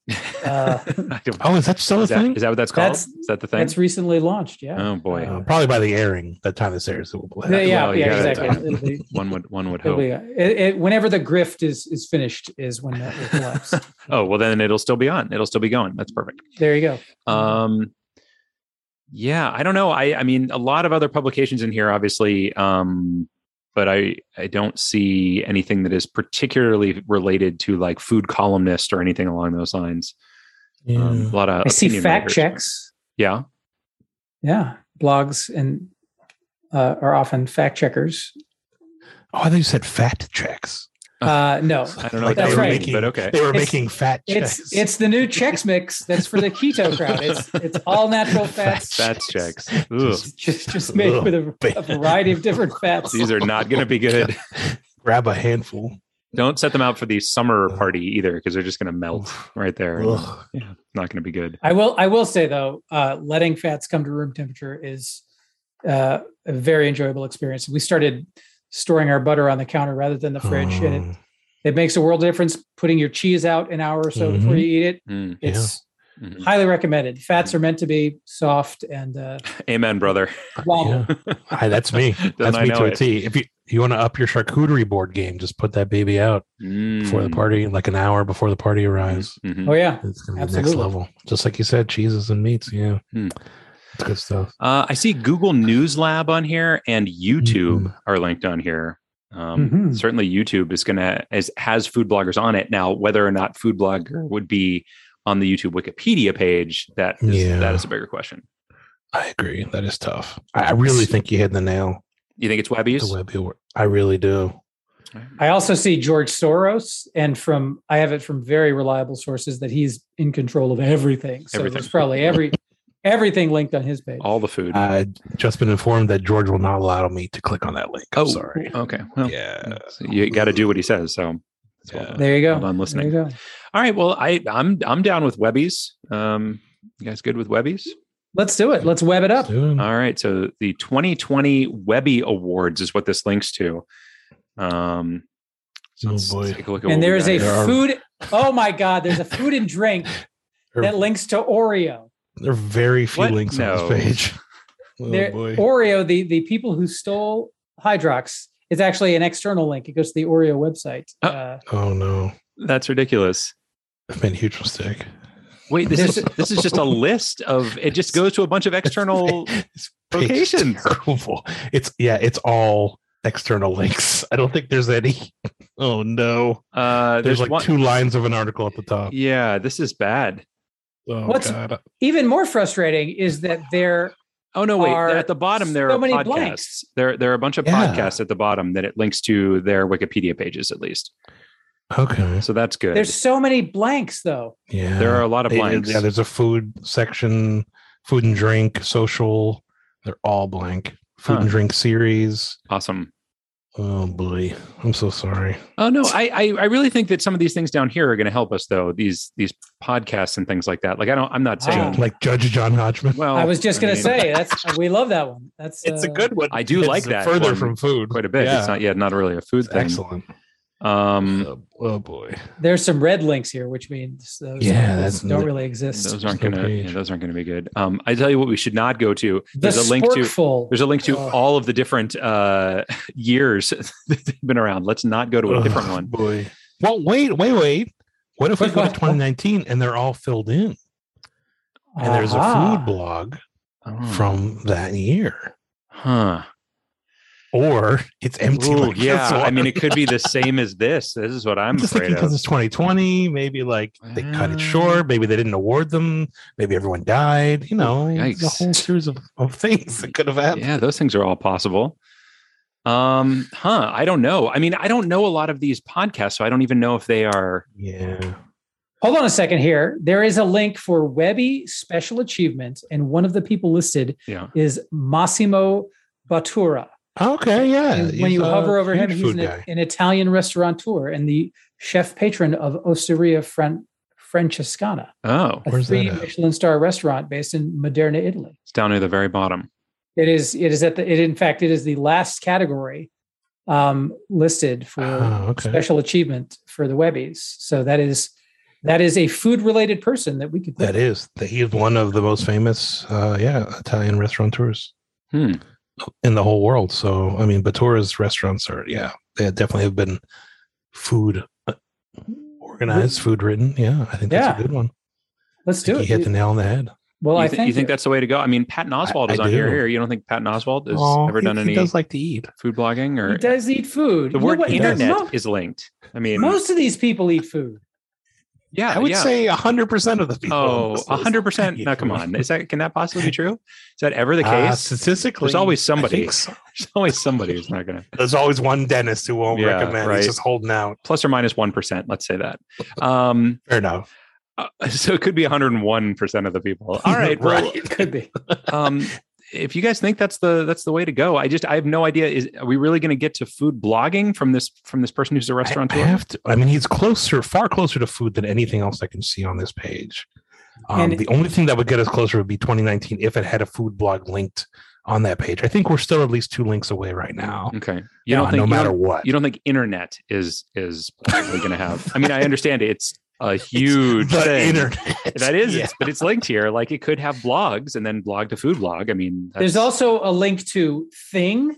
[SPEAKER 2] Uh,
[SPEAKER 1] I don't-
[SPEAKER 3] Oh, is that still a
[SPEAKER 1] is, that,
[SPEAKER 3] thing?
[SPEAKER 1] is that what that's called?
[SPEAKER 2] That's-
[SPEAKER 1] is that the thing?
[SPEAKER 2] That's recently launched. Yeah.
[SPEAKER 1] oh boy,
[SPEAKER 3] Uh, probably by the airing, that time this airs, it will.
[SPEAKER 2] yeah. Yeah.
[SPEAKER 1] Oh, well, you
[SPEAKER 2] yeah,
[SPEAKER 1] gotta-
[SPEAKER 2] exactly. It'll be,
[SPEAKER 1] one would one would
[SPEAKER 2] it'll
[SPEAKER 1] hope.
[SPEAKER 2] be, uh, it, it, whenever the grift is is finished is when that will collapse.
[SPEAKER 1] oh well, then it'll still be on. It'll still be going. That's perfect.
[SPEAKER 2] there you go.
[SPEAKER 3] Mm-hmm.
[SPEAKER 1] Um, yeah, I don't know. I I mean, a lot of other publications in here, obviously, um, but I I don't see anything that is particularly related to like food columnist or anything along those lines. Um, a lot of
[SPEAKER 2] I see
[SPEAKER 1] opinion
[SPEAKER 2] fact
[SPEAKER 1] writers.
[SPEAKER 2] checks.
[SPEAKER 1] Yeah,
[SPEAKER 2] Yeah, blogs and uh, are often fact checkers.
[SPEAKER 3] Oh, I thought you said fat checks.
[SPEAKER 2] Uh, no,
[SPEAKER 1] I don't know
[SPEAKER 3] Like
[SPEAKER 1] what
[SPEAKER 2] that's
[SPEAKER 1] they were
[SPEAKER 2] right.
[SPEAKER 1] making, but okay.
[SPEAKER 3] They were
[SPEAKER 2] It's-
[SPEAKER 3] making fat checks.
[SPEAKER 2] It's it's the new Chex Mix that's for the keto crowd. It's it's all natural fats,
[SPEAKER 1] Fat checks. Ugh,
[SPEAKER 3] Just
[SPEAKER 2] just just made with a, a variety of different fats.
[SPEAKER 1] these are not going to be good.
[SPEAKER 3] grab a handful.
[SPEAKER 1] Don't set them out for the summer party either, because they're just going to melt right there.
[SPEAKER 3] Ugh.
[SPEAKER 1] Not going to be good.
[SPEAKER 2] I will I will say though, uh, letting fats come to room temperature is uh, a very enjoyable experience. We started storing our butter on the counter rather than the fridge, and
[SPEAKER 3] Um,
[SPEAKER 2] it, it makes a world of difference. Putting your cheese out an hour or so before you eat it,
[SPEAKER 1] Mm,
[SPEAKER 3] Yeah.
[SPEAKER 2] it's
[SPEAKER 3] Mm-hmm.
[SPEAKER 1] mhm.
[SPEAKER 2] highly recommended. Fats are meant to be soft and uh,
[SPEAKER 1] Amen, brother.
[SPEAKER 2] wobble.
[SPEAKER 3] yeah. Hi, that's me.
[SPEAKER 1] Then
[SPEAKER 3] That's
[SPEAKER 1] I
[SPEAKER 3] me
[SPEAKER 1] know
[SPEAKER 3] to a
[SPEAKER 1] it.
[SPEAKER 3] T. If you you want to up your charcuterie board game, just put that baby out before the
[SPEAKER 1] Mm,
[SPEAKER 3] party, like an hour before the party arrives.
[SPEAKER 1] mhm.
[SPEAKER 2] Oh yeah,
[SPEAKER 3] It's gonna be next
[SPEAKER 2] Absolutely.
[SPEAKER 3] level. Just like you said, cheeses and meats. Yeah,
[SPEAKER 1] Hmm.
[SPEAKER 3] it's good stuff.
[SPEAKER 1] Uh, I see Google News Lab on here and YouTube
[SPEAKER 3] Mhm.
[SPEAKER 1] are linked on here. Um,
[SPEAKER 3] Mm-hmm.
[SPEAKER 2] Mhm.
[SPEAKER 1] Certainly, YouTube is gonna as has food bloggers on it now. Whether or not food blogger would be on the YouTube Wikipedia page, that is,
[SPEAKER 3] Yeah.
[SPEAKER 1] that is a bigger question.
[SPEAKER 3] I agree. That is tough. I, I really think you hit the nail.
[SPEAKER 1] You think it's
[SPEAKER 3] with The
[SPEAKER 1] Webby's?
[SPEAKER 3] webby. word. I really do.
[SPEAKER 2] I also see George Soros, and from I have it from very reliable sources that he's in control of everything. So
[SPEAKER 1] Everything.
[SPEAKER 2] there's probably every everything linked on his page.
[SPEAKER 1] All the food.
[SPEAKER 3] I've just been informed that George will not allow me to click on that link. I'm
[SPEAKER 1] Oh.
[SPEAKER 3] sorry.
[SPEAKER 1] okay, well,
[SPEAKER 3] Yeah.
[SPEAKER 1] so you got to do what he says. So. that's well
[SPEAKER 3] Yeah.
[SPEAKER 1] done.
[SPEAKER 2] there you go.
[SPEAKER 1] Hold on, listening.
[SPEAKER 2] There you go.
[SPEAKER 1] All right. Well, I I'm I'm down with Webby's. Um, you guys good with Webby's?
[SPEAKER 2] Let's do it. Let's web it up.
[SPEAKER 3] Soon.
[SPEAKER 1] All right. So the 2020 Webby Awards is what this links to. Um, so
[SPEAKER 3] Oh,
[SPEAKER 1] let's
[SPEAKER 3] boy.
[SPEAKER 1] take a look at what
[SPEAKER 2] And
[SPEAKER 1] we
[SPEAKER 2] there's
[SPEAKER 1] got
[SPEAKER 2] a
[SPEAKER 1] here.
[SPEAKER 3] There are-
[SPEAKER 2] food. Oh my God! There's a food and drink
[SPEAKER 3] There,
[SPEAKER 2] that links to Oreo.
[SPEAKER 3] there are very few
[SPEAKER 1] What?
[SPEAKER 3] links
[SPEAKER 1] No.
[SPEAKER 3] on this page. Oh
[SPEAKER 2] There-
[SPEAKER 3] boy.
[SPEAKER 2] Oreo, the the people who stole Hydrox, it's actually an external link. It goes to the Oreo website.
[SPEAKER 1] Oh.
[SPEAKER 2] Uh,
[SPEAKER 3] oh no.
[SPEAKER 1] That's ridiculous.
[SPEAKER 3] I've made a huge mistake.
[SPEAKER 1] Wait, this is this is just a list of. It just goes to a bunch of external.
[SPEAKER 3] This page is
[SPEAKER 1] locations.
[SPEAKER 3] terrible. It's yeah, it's all external links. I don't think there's any. Oh no.
[SPEAKER 1] Uh,
[SPEAKER 3] There's, like
[SPEAKER 1] one,
[SPEAKER 3] two lines of an article at the top.
[SPEAKER 1] Yeah, this is bad.
[SPEAKER 3] Oh
[SPEAKER 2] What's-
[SPEAKER 3] god.
[SPEAKER 2] even more frustrating is that they're
[SPEAKER 1] Oh no! Wait,
[SPEAKER 2] Are
[SPEAKER 1] at the bottom there
[SPEAKER 2] so
[SPEAKER 1] are
[SPEAKER 2] many
[SPEAKER 1] podcasts.
[SPEAKER 2] blanks.
[SPEAKER 1] There there are a bunch of
[SPEAKER 3] Yeah.
[SPEAKER 1] podcasts at the bottom that it links to their Wikipedia pages at least.
[SPEAKER 3] Okay.
[SPEAKER 1] So that's good.
[SPEAKER 2] there's so many blanks though.
[SPEAKER 3] Yeah.
[SPEAKER 1] there are a lot of
[SPEAKER 3] They-
[SPEAKER 1] blanks.
[SPEAKER 3] Yeah, there's a food section, food and drink, social. They're all blank. Food
[SPEAKER 1] Huh.
[SPEAKER 3] and drink series.
[SPEAKER 1] awesome.
[SPEAKER 3] Oh boy. I'm so sorry.
[SPEAKER 1] Oh no, I, I I really think that some of these things down here are going to help us though. These these podcasts and things like that. Like I don't, I'm not saying.
[SPEAKER 2] Ah.
[SPEAKER 3] Oh, Like Judge John Hodgman.
[SPEAKER 1] Well,
[SPEAKER 2] I was just gonna
[SPEAKER 1] mean,
[SPEAKER 2] say that's we love that one. That's uh,
[SPEAKER 3] one.
[SPEAKER 1] I do
[SPEAKER 3] It's
[SPEAKER 1] like that
[SPEAKER 3] Further
[SPEAKER 1] one
[SPEAKER 3] from food.
[SPEAKER 1] quite a bit.
[SPEAKER 3] Yeah.
[SPEAKER 1] It's not yet not really a food
[SPEAKER 3] It's
[SPEAKER 1] thing.
[SPEAKER 3] excellent.
[SPEAKER 1] Um,
[SPEAKER 3] oh, oh, boy.
[SPEAKER 2] There's some red links here, which means those
[SPEAKER 3] Yeah,
[SPEAKER 2] those
[SPEAKER 3] that's-
[SPEAKER 2] don't really exist.
[SPEAKER 1] those aren't
[SPEAKER 3] no
[SPEAKER 1] going to
[SPEAKER 3] page.
[SPEAKER 1] yeah, those aren't going to be good. Um, I tell you what, we should not go to.
[SPEAKER 2] The
[SPEAKER 1] There's a link to.
[SPEAKER 2] sporkful.
[SPEAKER 1] There's a link to
[SPEAKER 2] Oh.
[SPEAKER 1] all of the different uh, years that they've been around. Let's not go to a different
[SPEAKER 3] Oh,
[SPEAKER 1] one.
[SPEAKER 3] Boy. Well, wait, wait, wait. What if we go to 2019 and they're all filled in? And there's a
[SPEAKER 2] Aha.
[SPEAKER 3] food blog
[SPEAKER 1] Oh.
[SPEAKER 3] from that year.
[SPEAKER 1] huh?
[SPEAKER 3] Or it's empty.
[SPEAKER 1] Ooh,
[SPEAKER 3] like this
[SPEAKER 1] yeah, I
[SPEAKER 3] one.
[SPEAKER 1] mean, it could be the same as this. This is what I'm
[SPEAKER 3] just
[SPEAKER 1] afraid
[SPEAKER 3] thinking
[SPEAKER 1] of.
[SPEAKER 3] because it's 2020. Maybe like they cut it short. Maybe they didn't award them. Maybe everyone died. You know, the
[SPEAKER 1] yikes.
[SPEAKER 3] whole series of, of things that could have happened.
[SPEAKER 1] Yeah, those things are all possible. Um, huh? I don't know. I mean, I don't know a lot of these podcasts, so I don't even know if they are.
[SPEAKER 3] Yeah.
[SPEAKER 2] Hold on a second here. There is a link for Webby Special Achievement, and one of the people listed
[SPEAKER 1] Yeah.
[SPEAKER 2] is Massimo Bottura.
[SPEAKER 3] Okay. Yeah.
[SPEAKER 2] And when
[SPEAKER 3] he's
[SPEAKER 2] you
[SPEAKER 3] a
[SPEAKER 2] hover over him,
[SPEAKER 3] huge
[SPEAKER 2] he's
[SPEAKER 3] food
[SPEAKER 2] an,
[SPEAKER 3] guy.
[SPEAKER 2] an Italian restaurateur and the chef patron of Osteria Fran- Francescana,
[SPEAKER 1] Oh,
[SPEAKER 2] a
[SPEAKER 3] Where's that
[SPEAKER 2] three
[SPEAKER 3] at?
[SPEAKER 2] Michelin star restaurant based in Moderna, Italy.
[SPEAKER 1] it's down near the very bottom.
[SPEAKER 2] It is. It is at the. It, in fact, it is the last category um, listed for
[SPEAKER 3] Ah, okay.
[SPEAKER 2] special achievement for the Webbies. So that is that is a food related person that we could.
[SPEAKER 3] That is that he is one of the most famous, uh, yeah, Italian restaurateurs
[SPEAKER 1] Hmm.
[SPEAKER 3] in the whole world. So I mean, Batura's restaurants are yeah, they definitely have been food uh, organized, food written. Yeah, I think that's
[SPEAKER 2] Yeah.
[SPEAKER 3] a good one.
[SPEAKER 2] Let's
[SPEAKER 3] I
[SPEAKER 2] do
[SPEAKER 3] think
[SPEAKER 2] it.
[SPEAKER 3] he hit the nail on the head.
[SPEAKER 2] well,
[SPEAKER 1] you,
[SPEAKER 2] I
[SPEAKER 1] thi-
[SPEAKER 2] think
[SPEAKER 1] you think that's the way to go? I mean, Patton Oswald is
[SPEAKER 3] I
[SPEAKER 1] on here.
[SPEAKER 3] do.
[SPEAKER 1] Here, you don't think Patton Oswald has
[SPEAKER 3] Aw,
[SPEAKER 1] ever
[SPEAKER 3] he-
[SPEAKER 1] done any
[SPEAKER 3] He does like to eat.
[SPEAKER 1] food blogging or
[SPEAKER 2] he does eat food.
[SPEAKER 1] the
[SPEAKER 2] You know
[SPEAKER 1] word
[SPEAKER 2] what?
[SPEAKER 1] internet
[SPEAKER 2] Mo-
[SPEAKER 1] is linked? I mean,
[SPEAKER 2] most of these people eat food.
[SPEAKER 1] yeah,
[SPEAKER 3] I would
[SPEAKER 1] yeah.
[SPEAKER 3] say hundred percent of the people.
[SPEAKER 1] Oh, 100
[SPEAKER 3] hundred
[SPEAKER 1] percent. Now, come on, is that can that possibly be true? Is that ever the case?
[SPEAKER 3] Uh, statistically,
[SPEAKER 1] There's always somebody.
[SPEAKER 3] I think so.
[SPEAKER 1] There's always somebody who's not going to
[SPEAKER 3] There's always one dentist who won't
[SPEAKER 1] Yeah,
[SPEAKER 3] recommend.
[SPEAKER 1] right.
[SPEAKER 3] He's just holding out.
[SPEAKER 1] plus or minus one percent. Let's say that. Um,
[SPEAKER 3] Fair enough.
[SPEAKER 1] uh, so it could be 101 percent of the people. All right, well,
[SPEAKER 3] right.
[SPEAKER 2] It could be.
[SPEAKER 1] um, if you guys think that's the that's the way to go, I just I have no idea. Is are we really going to get to food blogging from this from this person who's a
[SPEAKER 3] I,
[SPEAKER 1] restaurateur?
[SPEAKER 3] I have to. I mean, he's closer, far closer to food than anything else I can see on this page. Um,
[SPEAKER 2] And-
[SPEAKER 3] the only thing that would get us closer would be 2019 if it had a food blog linked on that page. I think we're still at least two links away right now.
[SPEAKER 1] okay, you
[SPEAKER 3] Yeah,
[SPEAKER 1] don't think
[SPEAKER 3] no
[SPEAKER 1] you
[SPEAKER 3] matter
[SPEAKER 1] don't-
[SPEAKER 3] what.
[SPEAKER 1] you don't think internet is is probably going to have? I mean, I understand it's a huge
[SPEAKER 3] the
[SPEAKER 1] thing.
[SPEAKER 3] internet.
[SPEAKER 1] That is,
[SPEAKER 3] Yeah.
[SPEAKER 1] it's, but it's linked here. Like it could have blogs and then blog to food blog. I mean,
[SPEAKER 2] There's
[SPEAKER 1] that's-
[SPEAKER 2] also a link to thing.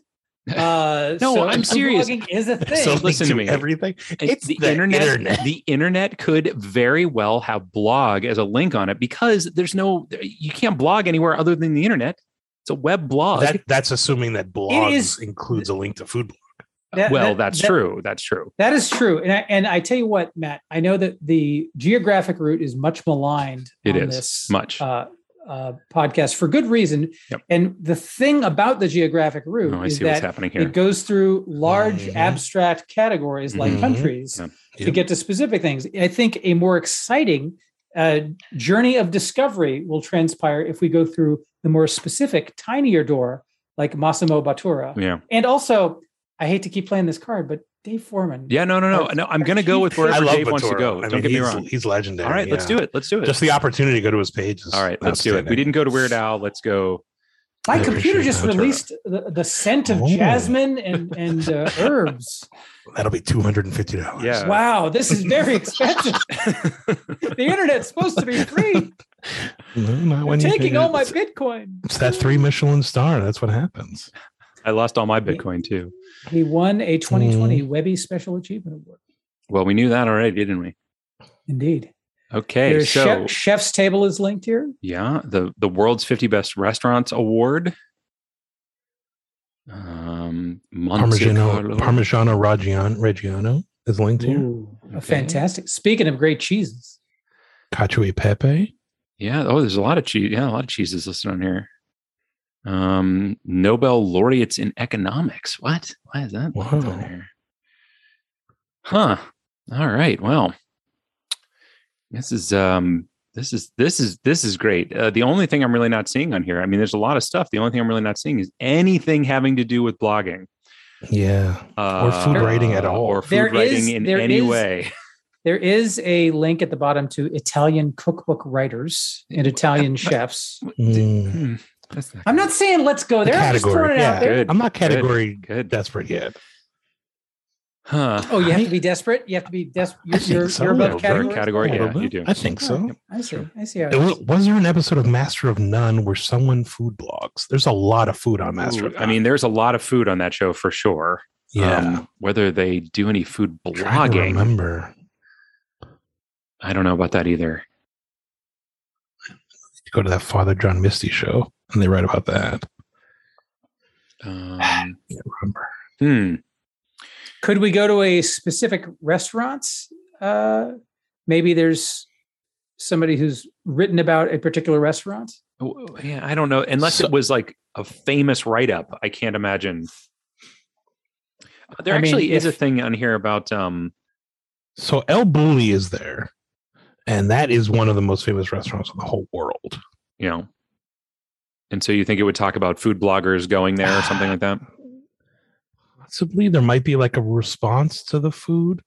[SPEAKER 2] Uh,
[SPEAKER 1] No,
[SPEAKER 2] so
[SPEAKER 1] I'm
[SPEAKER 2] food
[SPEAKER 1] serious.
[SPEAKER 2] blogging Is a thing.
[SPEAKER 3] So
[SPEAKER 1] listen
[SPEAKER 3] listen
[SPEAKER 1] to
[SPEAKER 3] to
[SPEAKER 1] me.
[SPEAKER 3] Everything.
[SPEAKER 1] And
[SPEAKER 3] It's the internet.
[SPEAKER 1] The internet could very well have blog as a link on it because there's no you can't blog anywhere other than the internet. It's a web blog.
[SPEAKER 3] That, that's assuming that blogs
[SPEAKER 2] is-
[SPEAKER 3] includes a link to food blog.
[SPEAKER 2] That-
[SPEAKER 1] well,
[SPEAKER 2] that-
[SPEAKER 1] that's
[SPEAKER 2] that-
[SPEAKER 1] true. That's true.
[SPEAKER 2] That is true, and I, and I tell you what, Matt. I know that the geographic route is much maligned
[SPEAKER 1] It
[SPEAKER 2] on
[SPEAKER 1] is,
[SPEAKER 2] this
[SPEAKER 1] Much.
[SPEAKER 2] uh, uh, podcast for good reason.
[SPEAKER 1] Yep.
[SPEAKER 2] And the thing about the geographic route
[SPEAKER 1] oh, I
[SPEAKER 2] is
[SPEAKER 1] see what's
[SPEAKER 2] that
[SPEAKER 1] happening here.
[SPEAKER 2] it goes through large
[SPEAKER 3] Mhm.
[SPEAKER 2] abstract categories like
[SPEAKER 3] Mhm.
[SPEAKER 2] countries
[SPEAKER 1] Mm-hmm. Yeah.
[SPEAKER 2] to
[SPEAKER 3] Yep.
[SPEAKER 2] get to specific things. I think a more exciting uh, journey of discovery will transpire if we go through the more specific, tinier door like Massimo Bottura.
[SPEAKER 1] yeah.
[SPEAKER 2] And also, I hate to keep playing this card, but Dave Foreman.
[SPEAKER 1] Yeah. No. No. No. No. I'm gonna go with
[SPEAKER 3] I
[SPEAKER 1] wherever
[SPEAKER 3] love
[SPEAKER 1] Dave wants to
[SPEAKER 3] Batoro.
[SPEAKER 1] go.
[SPEAKER 3] I
[SPEAKER 1] Don't
[SPEAKER 3] mean,
[SPEAKER 1] get me
[SPEAKER 3] he's-
[SPEAKER 1] wrong.
[SPEAKER 3] He's legendary.
[SPEAKER 1] All right. Let's
[SPEAKER 3] yeah.
[SPEAKER 1] do it. Let's do it.
[SPEAKER 3] Just the opportunity to go to his page. Is
[SPEAKER 1] All right. Let's do it. We
[SPEAKER 3] outstanding.
[SPEAKER 1] didn't go to Weird Al. Let's go.
[SPEAKER 2] My
[SPEAKER 3] I
[SPEAKER 2] computer
[SPEAKER 3] appreciate
[SPEAKER 2] just
[SPEAKER 3] Bottura.
[SPEAKER 2] released the, the scent of
[SPEAKER 3] Oh.
[SPEAKER 2] jasmine and, and uh, herbs.
[SPEAKER 3] That'll be two hundred and fifty dollars.
[SPEAKER 1] Yeah.
[SPEAKER 2] Wow, this is very expensive. the internet's supposed to be free.
[SPEAKER 3] No, not
[SPEAKER 2] You're
[SPEAKER 3] when you
[SPEAKER 2] taking
[SPEAKER 3] figure
[SPEAKER 2] all my
[SPEAKER 3] It's,
[SPEAKER 2] Bitcoin.
[SPEAKER 3] it's that three Michelin star. That's what happens.
[SPEAKER 1] I lost all my Bitcoin too.
[SPEAKER 2] He won
[SPEAKER 3] Mm.
[SPEAKER 2] a 2020 Webby Special Achievement Award.
[SPEAKER 1] Well, we knew that already, didn't we?
[SPEAKER 2] Indeed.
[SPEAKER 1] Okay.
[SPEAKER 2] There's
[SPEAKER 1] so
[SPEAKER 2] chef, Chef's Table is linked here.
[SPEAKER 1] Yeah, the the world's 50 best restaurants award. Um Monte Carlo.
[SPEAKER 3] Parmigiano, Parmigiano Reggiano, Reggiano is linked here.
[SPEAKER 2] Ooh, a
[SPEAKER 1] Okay.
[SPEAKER 2] fantastic. Speaking of great cheeses,
[SPEAKER 3] Cacio e Pepe.
[SPEAKER 1] yeah, oh there's a lot of cheese. Yeah, a lot of cheeses listed on here. Um Nobel laureates in economics. What? Why is that linked on
[SPEAKER 3] Wow.
[SPEAKER 1] here? Huh. All right. Well, this is um this is this is this is great. Uh, the only thing I'm really not seeing on here. I mean, there's a lot of stuff. The only thing I'm really not seeing is anything having to do with blogging.
[SPEAKER 3] Yeah.
[SPEAKER 1] uh,
[SPEAKER 3] food writing at all.
[SPEAKER 1] or food
[SPEAKER 2] There
[SPEAKER 1] writing
[SPEAKER 2] is-
[SPEAKER 1] in
[SPEAKER 2] there
[SPEAKER 1] any
[SPEAKER 2] is-
[SPEAKER 1] way.
[SPEAKER 2] there is a link at the bottom to Italian cookbook writers and Italian chefs.
[SPEAKER 3] Mm.
[SPEAKER 1] That's not
[SPEAKER 2] I'm not saying let's go
[SPEAKER 3] The
[SPEAKER 2] there. I'm just throwing
[SPEAKER 3] category.
[SPEAKER 2] it out
[SPEAKER 3] Yeah.
[SPEAKER 2] there.
[SPEAKER 1] Good.
[SPEAKER 3] I'm not category
[SPEAKER 1] good.
[SPEAKER 3] desperate yet.
[SPEAKER 1] huh.
[SPEAKER 2] Oh, you have to be desperate. You have to be desperate. You're, you're,
[SPEAKER 3] so.
[SPEAKER 2] you're above
[SPEAKER 1] Over
[SPEAKER 2] category.
[SPEAKER 1] category,
[SPEAKER 3] A little
[SPEAKER 1] yeah, you do.
[SPEAKER 3] bit. I think so.
[SPEAKER 2] I see. I see. How it
[SPEAKER 3] It
[SPEAKER 2] is.
[SPEAKER 3] was, was there an episode of Master of None where someone food blogs? There's a lot of food on Master
[SPEAKER 1] Ooh,
[SPEAKER 3] of None.
[SPEAKER 1] I mean, um, there's a lot of food on that show for sure.
[SPEAKER 3] yeah.
[SPEAKER 1] Um, whether they do any food
[SPEAKER 3] Trying to
[SPEAKER 1] blogging,
[SPEAKER 3] remember.
[SPEAKER 1] I don't know about that either.
[SPEAKER 3] Go to that Father John Misty show, and they write about that.
[SPEAKER 1] Um,
[SPEAKER 3] Yeah, remember.
[SPEAKER 1] hmm.
[SPEAKER 2] Could we go to a specific restaurant? Uh, maybe there's somebody who's written about a particular restaurant.
[SPEAKER 1] Oh, Yeah, I don't know. Unless
[SPEAKER 3] So-
[SPEAKER 1] it was like a famous write up, I can't imagine. Uh, There
[SPEAKER 2] I mean,
[SPEAKER 1] actually is a
[SPEAKER 2] if-
[SPEAKER 1] thing on here about um,
[SPEAKER 3] So El Bulli is there, and that is one of the most famous restaurants in the whole world.
[SPEAKER 1] you know. And so you think it would talk about food bloggers going there or something like that?
[SPEAKER 3] Possibly there might be like a response to the food.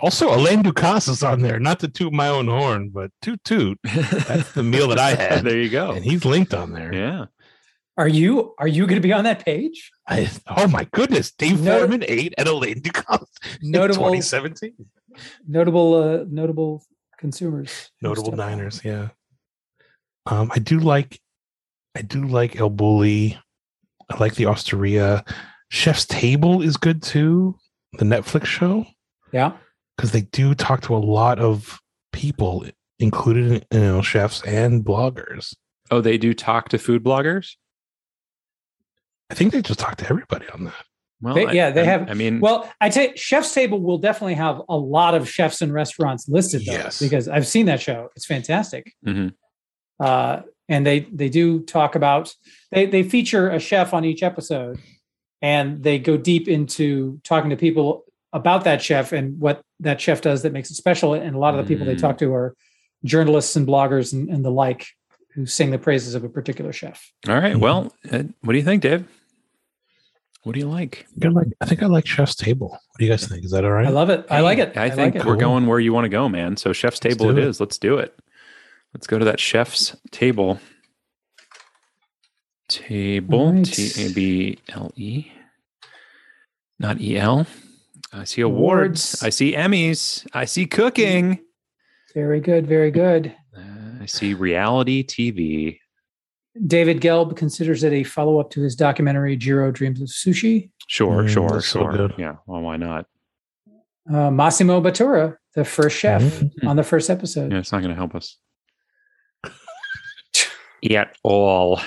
[SPEAKER 3] Also, Alain Ducasse is on there. Not to toot my own horn, but toot toot. That's the meal that I had.
[SPEAKER 1] there you go.
[SPEAKER 3] And he's linked on there.
[SPEAKER 1] Yeah.
[SPEAKER 2] Are you are you going to be on that page?
[SPEAKER 3] I, oh my goodness, Dave
[SPEAKER 2] No-
[SPEAKER 3] Foreman ate at Elaine Ducasse in
[SPEAKER 2] Notable
[SPEAKER 3] 2017.
[SPEAKER 2] notable uh, notable consumers.
[SPEAKER 3] Notable diners, yeah. Um, I do like, I do like El Bulli. I like the Osteria. Chef's Table is good too. The Netflix show
[SPEAKER 2] Yeah.
[SPEAKER 3] because they do talk to a lot of people, including you know chefs and bloggers.
[SPEAKER 1] Oh, they do talk to food bloggers.
[SPEAKER 3] I think they just talk to everybody on that.
[SPEAKER 1] Well,
[SPEAKER 2] They-
[SPEAKER 1] I-
[SPEAKER 2] yeah, they
[SPEAKER 1] I,
[SPEAKER 2] have-
[SPEAKER 1] I mean,
[SPEAKER 2] Well, I tell you, Chef's Table will definitely have a lot of chefs and restaurants listed though,
[SPEAKER 3] Yes.
[SPEAKER 2] because I've seen that show. It's fantastic.
[SPEAKER 1] Mhm.
[SPEAKER 2] Uh, and they they do talk about they they feature a chef on each episode, and they go deep into talking to people about that chef and what that chef does that makes it special. And a lot of the people they
[SPEAKER 1] Mm.
[SPEAKER 2] talk to are journalists and bloggers and, and the like who sing the praises of a particular chef.
[SPEAKER 1] all right. Well, uh, what do you think, Dave? What do you like?
[SPEAKER 3] I think I like, I think I like Chef's Table. What do you guys think? Is that all right?
[SPEAKER 2] I love it. I like it.
[SPEAKER 1] I,
[SPEAKER 2] I,
[SPEAKER 1] think
[SPEAKER 2] like it.
[SPEAKER 1] we're
[SPEAKER 3] Cool.
[SPEAKER 1] going where you want to go, man. So, chef's table
[SPEAKER 3] do
[SPEAKER 1] it
[SPEAKER 3] it.
[SPEAKER 1] is. Let's do it. Let's go to that chef's table.
[SPEAKER 2] All
[SPEAKER 1] Table
[SPEAKER 2] right.
[SPEAKER 1] T A B L E, not E L. I see awards.
[SPEAKER 2] Awards.
[SPEAKER 1] I see Emmys. I see cooking.
[SPEAKER 2] Very good. Very good.
[SPEAKER 1] Uh, I see reality TV.
[SPEAKER 2] David Gelb considers it a follow up to his documentary Jiro Dreams of Sushi.
[SPEAKER 1] Sure,
[SPEAKER 3] Mm,
[SPEAKER 1] sure,
[SPEAKER 3] that's so
[SPEAKER 1] sure.
[SPEAKER 3] good.
[SPEAKER 1] yeah. Well, why not?
[SPEAKER 2] Uh, Massimo Batura, the first chef
[SPEAKER 3] Mhm.
[SPEAKER 2] on the first episode.
[SPEAKER 1] Yeah, it's not going to help us at all.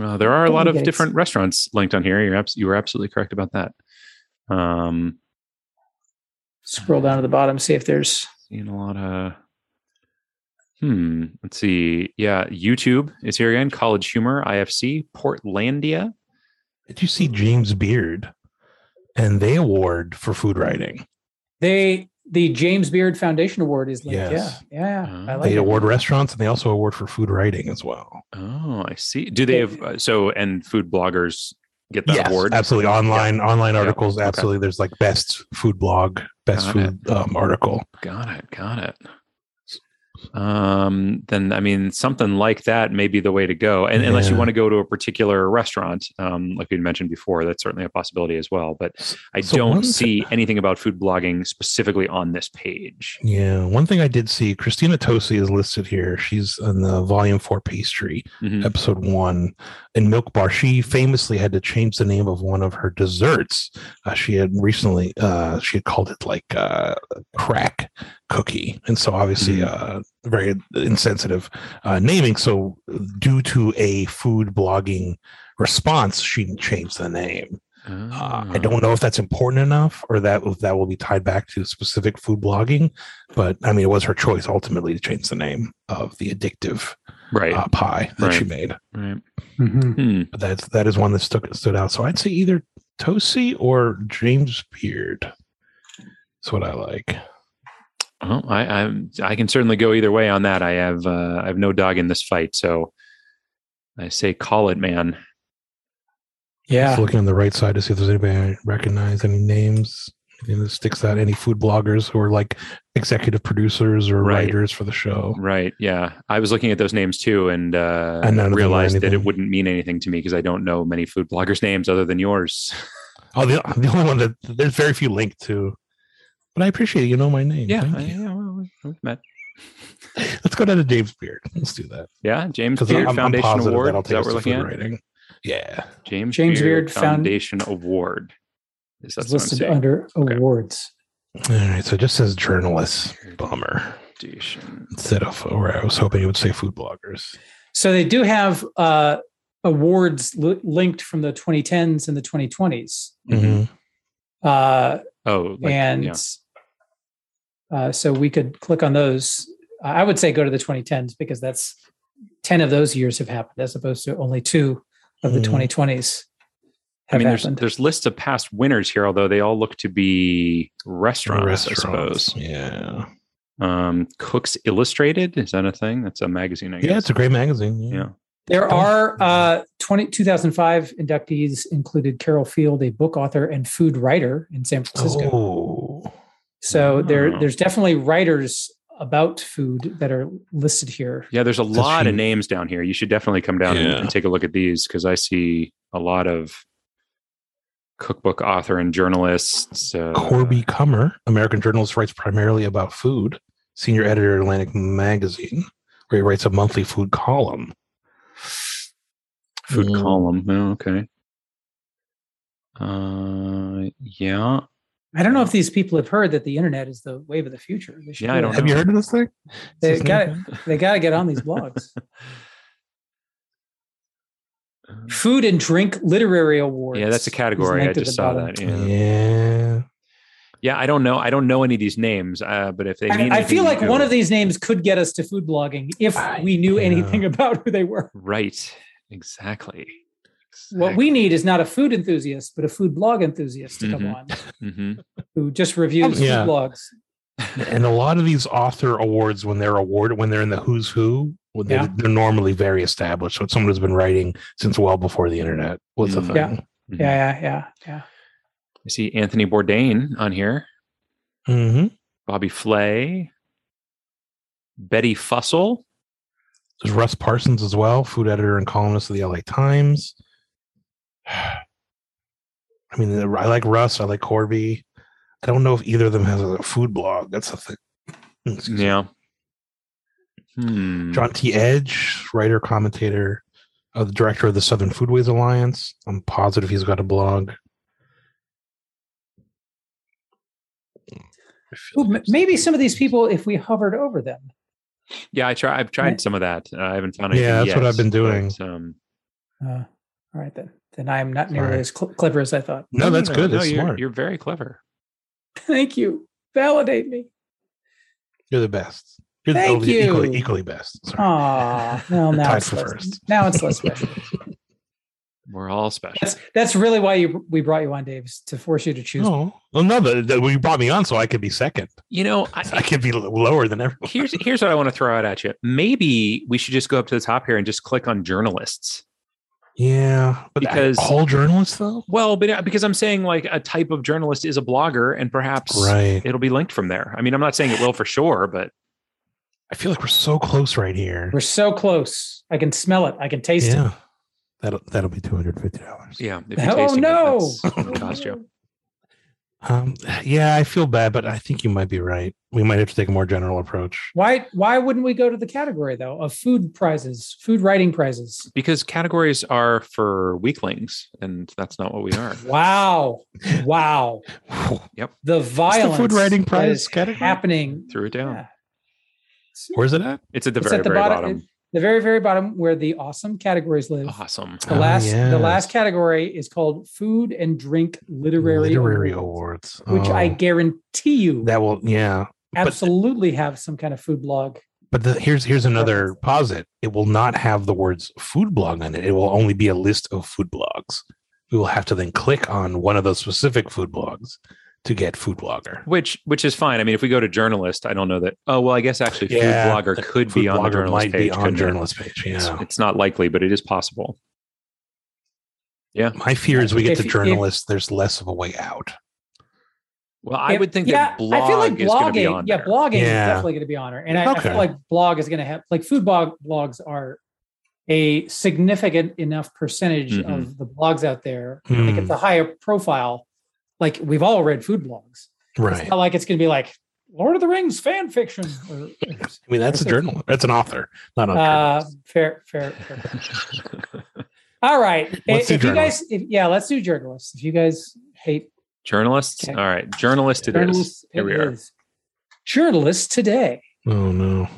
[SPEAKER 1] Uh, there are a lot of
[SPEAKER 2] Delegates.
[SPEAKER 1] different restaurants linked on here. You're abs- you were absolutely correct about that. Um,
[SPEAKER 2] Scroll down to the bottom, see if there's.
[SPEAKER 1] seeing a lot of. Hmm. Let's see. Yeah, YouTube is here again. College Humor, IFC, Portlandia.
[SPEAKER 3] Did you see James Beard and they award for food writing?
[SPEAKER 2] They, the James Beard Foundation Award is linked.
[SPEAKER 3] Yes.
[SPEAKER 2] Yeah. Yeah. I
[SPEAKER 1] Oh.
[SPEAKER 2] like
[SPEAKER 3] They
[SPEAKER 2] it.
[SPEAKER 3] award restaurants and they also award for food writing as well.
[SPEAKER 1] Oh, I see. Do they have uh, so and food bloggers get that award?
[SPEAKER 3] absolutely. Online online
[SPEAKER 1] Yeah.
[SPEAKER 3] articles,
[SPEAKER 1] Okay.
[SPEAKER 3] absolutely. There's like best food blog, best
[SPEAKER 1] Got
[SPEAKER 3] food um, article.
[SPEAKER 1] Got it. Got it. Um, then I mean, something like that may be the way to go, and unless you
[SPEAKER 3] Yeah.
[SPEAKER 1] want to go to a particular restaurant, um, like we mentioned before, that's certainly a possibility as well. But I
[SPEAKER 3] So one
[SPEAKER 1] don't
[SPEAKER 3] thi-
[SPEAKER 1] see anything about food blogging specifically on this page.
[SPEAKER 3] Yeah, one thing I did see, Christina Tosi is listed here. She's in the volume four pastry,
[SPEAKER 1] Mhm.
[SPEAKER 3] episode one, in Milk Bar. She famously had to change the name of one of her desserts. Uh, she had recently, uh, she had called it like uh, crack cookie, and so obviously,
[SPEAKER 1] Hmm.
[SPEAKER 3] uh, very insensitive uh, naming. So, due to a food blogging response, she changed the name. Uh, I
[SPEAKER 1] Ah.
[SPEAKER 3] don't know if that's important enough or that if that will be tied back to specific food blogging, but I mean, it was her choice ultimately to change the name of the addictive
[SPEAKER 1] Right.
[SPEAKER 3] uh, pie that she
[SPEAKER 1] Right.
[SPEAKER 3] made.
[SPEAKER 1] right.
[SPEAKER 2] Mhm.
[SPEAKER 1] Hmm.
[SPEAKER 3] But that's that is one that stuck, stood out. So I'd say either Tosi or James Beard. That's what I like.
[SPEAKER 1] Well, I, I I can certainly go either way on that. I have uh, I have no dog in this fight, so I say call it, man.
[SPEAKER 3] Just
[SPEAKER 2] Yeah.
[SPEAKER 3] looking on the right side to see if there's anybody I recognize, any names, anything that sticks out, any food bloggers who are like executive producers or
[SPEAKER 1] Right.
[SPEAKER 3] writers for the show.
[SPEAKER 1] Right. Yeah. I was looking at those names too and uh,
[SPEAKER 3] And none of them are
[SPEAKER 1] realized that it
[SPEAKER 3] anything.
[SPEAKER 1] wouldn't mean anything to me because I don't know many food bloggers' names other than yours.
[SPEAKER 3] Oh, the, the only one that there's very few linked to, but I appreciate you know my name.
[SPEAKER 1] yeah.
[SPEAKER 3] Thank
[SPEAKER 1] I-
[SPEAKER 3] you.
[SPEAKER 1] yeah, well, we- we've met.
[SPEAKER 3] Let's go down to James Beard. Let's do that
[SPEAKER 1] Yeah. James
[SPEAKER 3] because
[SPEAKER 1] Beard
[SPEAKER 3] I'm, I'm
[SPEAKER 1] Foundation
[SPEAKER 3] positive
[SPEAKER 1] Award.
[SPEAKER 3] that'll
[SPEAKER 1] Is
[SPEAKER 3] take
[SPEAKER 1] that
[SPEAKER 3] us
[SPEAKER 1] what we're
[SPEAKER 3] to
[SPEAKER 1] looking
[SPEAKER 3] food
[SPEAKER 1] at?
[SPEAKER 3] writing. Yeah,
[SPEAKER 1] James,
[SPEAKER 2] James
[SPEAKER 1] Beard,
[SPEAKER 2] Beard Found-
[SPEAKER 1] Foundation Award. Is that what
[SPEAKER 2] It's
[SPEAKER 1] I'm
[SPEAKER 2] listed
[SPEAKER 1] saying?
[SPEAKER 2] under
[SPEAKER 1] Okay.
[SPEAKER 2] awards.
[SPEAKER 3] All right, so it just says journalists. Bummer. Instead of, or I was hoping you would say food bloggers.
[SPEAKER 2] So they do have uh, awards li- linked from the 2010s and the 2020s.
[SPEAKER 3] Mm-hmm.
[SPEAKER 1] Mhm.
[SPEAKER 2] Uh,
[SPEAKER 1] Oh, like,
[SPEAKER 2] and
[SPEAKER 1] yeah.
[SPEAKER 2] uh, so we could click on those. I would say go to the 2010s because that's 10 of those years have happened as opposed to only two of the
[SPEAKER 3] Mhm.
[SPEAKER 2] 2020s
[SPEAKER 1] Hmm.
[SPEAKER 2] have
[SPEAKER 1] I mean, there's
[SPEAKER 2] happened.
[SPEAKER 1] there's lists of past winners here, although they all look to be restaurants, I
[SPEAKER 3] Restaurants.
[SPEAKER 1] suppose.
[SPEAKER 3] Yeah.
[SPEAKER 1] Um, Cooks Illustrated is that a thing? That's a magazine, I guess.
[SPEAKER 3] Yeah, it's a great magazine.
[SPEAKER 1] Yeah.
[SPEAKER 2] There
[SPEAKER 3] Don't-
[SPEAKER 2] are uh, 20, 2005 inductees included Carol Field, a book author and food writer in San Francisco.
[SPEAKER 3] Oh.
[SPEAKER 2] So there,
[SPEAKER 1] Wow.
[SPEAKER 2] there's definitely writers about food that are listed here.
[SPEAKER 1] Yeah, there's a
[SPEAKER 3] That's
[SPEAKER 1] lot of
[SPEAKER 3] huge.
[SPEAKER 1] names down here. You should definitely come down and,
[SPEAKER 3] Yeah.
[SPEAKER 1] and take a look at these because I see a lot of cookbook author and journalists. Uh,
[SPEAKER 3] Corby Cummer, American journalist, writes primarily about food. Senior editor at Atlantic Magazine, where he writes a monthly food column.
[SPEAKER 1] food
[SPEAKER 3] Mm.
[SPEAKER 1] column. Oh, okay. Uh, yeah.
[SPEAKER 2] I don't know if these people have heard that the internet is the wave of the future. They should
[SPEAKER 1] Yeah, I
[SPEAKER 2] do
[SPEAKER 1] don't
[SPEAKER 2] it.
[SPEAKER 3] Have you heard of this thing?
[SPEAKER 2] They
[SPEAKER 3] Is this
[SPEAKER 2] got
[SPEAKER 3] new?
[SPEAKER 2] They got to get on these blogs. Food and drink literary awards.
[SPEAKER 1] Uh-huh. Yeah, that's a
[SPEAKER 2] is
[SPEAKER 1] category. I
[SPEAKER 2] linked at
[SPEAKER 1] just
[SPEAKER 2] the
[SPEAKER 1] saw
[SPEAKER 2] bottom.
[SPEAKER 1] that.
[SPEAKER 3] Yeah.
[SPEAKER 1] Yeah. yeah, I don't know. I don't know any of these names, uh, but if they mean
[SPEAKER 2] I, I feel like one of
[SPEAKER 1] the
[SPEAKER 2] these names could get us to food blogging if
[SPEAKER 3] I-
[SPEAKER 2] we knew
[SPEAKER 3] yeah.
[SPEAKER 2] anything about who they were.
[SPEAKER 1] right, exactly.
[SPEAKER 2] What we need is not a food enthusiast, but a food blog enthusiast to come
[SPEAKER 1] Mhm.
[SPEAKER 2] on
[SPEAKER 1] hmm
[SPEAKER 2] who just reviews
[SPEAKER 3] Yeah.
[SPEAKER 2] food blogs.
[SPEAKER 3] And a lot of these author awards, when they're awarded, when they're in the who's who, well, they're,
[SPEAKER 2] Yeah.
[SPEAKER 3] they're normally very established. So it's someone who's been writing since well before the internet was a
[SPEAKER 1] Mm.
[SPEAKER 3] thing.
[SPEAKER 2] Yeah. Yeah, yeah, yeah, yeah.
[SPEAKER 1] I see Anthony Bourdain on here.
[SPEAKER 3] hmm
[SPEAKER 1] Bobby Flay, Betty Fussell.
[SPEAKER 3] There's Russ Parsons as well, food editor and columnist of the LA Times. I mean, I like Russ. I like Corby. I don't know if either of them has a food blog. That's the thing. Excuse me.
[SPEAKER 1] Yeah. Hmm.
[SPEAKER 3] John T. Edge, writer, commentator, uh, the director of the Southern Foodways Alliance. I'm positive he's got a blog. I feel
[SPEAKER 2] Ooh, m-
[SPEAKER 3] like-
[SPEAKER 2] maybe some of these people, if we hovered over them,
[SPEAKER 1] Yeah, I try. I've tried some of that. I haven't found anything.
[SPEAKER 3] Yeah, that's what
[SPEAKER 1] yet,
[SPEAKER 3] I've been doing.
[SPEAKER 1] but, um,
[SPEAKER 2] Uh, all right then. Then I am not nearly
[SPEAKER 3] Sorry.
[SPEAKER 2] as cl- clever as I thought.
[SPEAKER 3] No, that's good.
[SPEAKER 1] No,
[SPEAKER 3] That's
[SPEAKER 1] you're,
[SPEAKER 3] smart. You're,
[SPEAKER 1] you're very clever.
[SPEAKER 2] Thank you. Validate me.
[SPEAKER 3] the best. You're the,
[SPEAKER 2] Thank
[SPEAKER 3] oh, you're
[SPEAKER 2] you.
[SPEAKER 3] Equally, equally best. Sorry.
[SPEAKER 2] Ah, well now
[SPEAKER 3] Tied
[SPEAKER 2] it's
[SPEAKER 3] for
[SPEAKER 2] less,
[SPEAKER 3] first.
[SPEAKER 2] now it's less special.
[SPEAKER 1] We're all special.
[SPEAKER 2] That's that's really why you, we brought you on, Dave, is to force you to choose.
[SPEAKER 3] No, well, no, that, that well, you brought me on so I could be second.
[SPEAKER 1] You know,
[SPEAKER 3] I
[SPEAKER 1] I,
[SPEAKER 3] could be l- lower than everyone.
[SPEAKER 1] here's here's what I want to throw out at you. Maybe we should just go up to the top here and just click on journalists.
[SPEAKER 3] Yeah, but
[SPEAKER 1] Because-
[SPEAKER 3] because all journalists though,
[SPEAKER 1] Well, but uh, because I'm saying like a type of journalist is a blogger, and perhaps
[SPEAKER 3] right?
[SPEAKER 1] it'll be linked from there. I mean, I'm not saying it will for sure, but
[SPEAKER 3] I feel like we're so close right here.
[SPEAKER 2] We're so close. I can smell it. I can taste it.
[SPEAKER 3] Yeah, that'll that'll be two hundred fifty dollars.
[SPEAKER 1] yeah. If
[SPEAKER 2] Oh,
[SPEAKER 1] tasting it,
[SPEAKER 2] no.
[SPEAKER 1] that's what it cost you.
[SPEAKER 3] Um, yeah, I feel bad, but I think you might be right. We might have to take a more general approach.
[SPEAKER 2] Why why wouldn't we go to the category though of food prizes, food writing prizes?
[SPEAKER 1] Because categories are for weaklings, and that's not what we are.
[SPEAKER 2] Wow. Wow. The
[SPEAKER 3] What's
[SPEAKER 2] violence
[SPEAKER 3] the food writing
[SPEAKER 2] that
[SPEAKER 3] prize
[SPEAKER 2] is
[SPEAKER 3] category?
[SPEAKER 2] happening.
[SPEAKER 1] Threw it down.
[SPEAKER 2] Yeah.
[SPEAKER 3] Where's it at?
[SPEAKER 1] It's at the
[SPEAKER 2] It's
[SPEAKER 1] very,
[SPEAKER 2] at the
[SPEAKER 1] very
[SPEAKER 2] bottom-
[SPEAKER 1] bottom.
[SPEAKER 2] The very, very bottom where the awesome categories live.
[SPEAKER 1] Awesome.
[SPEAKER 2] The
[SPEAKER 3] Ah,
[SPEAKER 2] last the
[SPEAKER 3] yes.
[SPEAKER 2] last category is called food and drink literary,
[SPEAKER 3] Literary
[SPEAKER 2] awards,
[SPEAKER 3] awards,
[SPEAKER 2] which I
[SPEAKER 3] Oh,
[SPEAKER 2] guarantee you
[SPEAKER 3] that will yeah.
[SPEAKER 2] absolutely have some kind of food blog.
[SPEAKER 3] But the, here's here's another posit. It will not have the words food blog on it. It will only be a list of food blogs. We will have to then click on one of those specific food blogs to get food blogger.
[SPEAKER 1] Which which is fine. I mean, if we go to journalist, I don't know that. Oh well, I guess actually,
[SPEAKER 3] Yeah,
[SPEAKER 1] food blogger
[SPEAKER 3] the
[SPEAKER 1] could
[SPEAKER 3] food
[SPEAKER 1] be on the
[SPEAKER 3] blogger
[SPEAKER 1] journalist
[SPEAKER 3] might
[SPEAKER 1] page.
[SPEAKER 3] be on
[SPEAKER 1] couldn't it?
[SPEAKER 3] journalist page.
[SPEAKER 1] It's,
[SPEAKER 3] Yeah.
[SPEAKER 1] it's not likely, but it is possible.
[SPEAKER 3] My fear is we get
[SPEAKER 2] If-
[SPEAKER 3] to
[SPEAKER 2] if-
[SPEAKER 3] journalists, there's less of a way out.
[SPEAKER 1] Well, I
[SPEAKER 2] If-
[SPEAKER 1] would think
[SPEAKER 2] yeah,
[SPEAKER 1] that blog is going to be on
[SPEAKER 2] yeah,
[SPEAKER 1] there.
[SPEAKER 2] blogging is
[SPEAKER 3] Yeah.
[SPEAKER 2] definitely going to be on her. And I, I
[SPEAKER 3] Okay.
[SPEAKER 2] feel like blog is going to have like food blog blogs are a significant enough percentage
[SPEAKER 1] Mhm.
[SPEAKER 2] of the blogs out there. Like
[SPEAKER 3] Hmm,
[SPEAKER 2] it's a higher profile. Like we've all read food blogs. It's
[SPEAKER 3] right.
[SPEAKER 2] not like it's going to be like Lord of the Rings fan fiction. Or,
[SPEAKER 3] I mean, that's a journal. That's an author, not a
[SPEAKER 2] uh,
[SPEAKER 3] journalist.
[SPEAKER 2] fair, fair, fair. All right. if
[SPEAKER 3] Let's do
[SPEAKER 2] if you guys, if, yeah, let's do journalists. If you guys hate
[SPEAKER 1] Journalists?
[SPEAKER 2] Okay.
[SPEAKER 1] All right. Journalist it is.
[SPEAKER 2] Journalists,
[SPEAKER 1] Here we are.
[SPEAKER 2] is. Journalists today.
[SPEAKER 3] Oh no,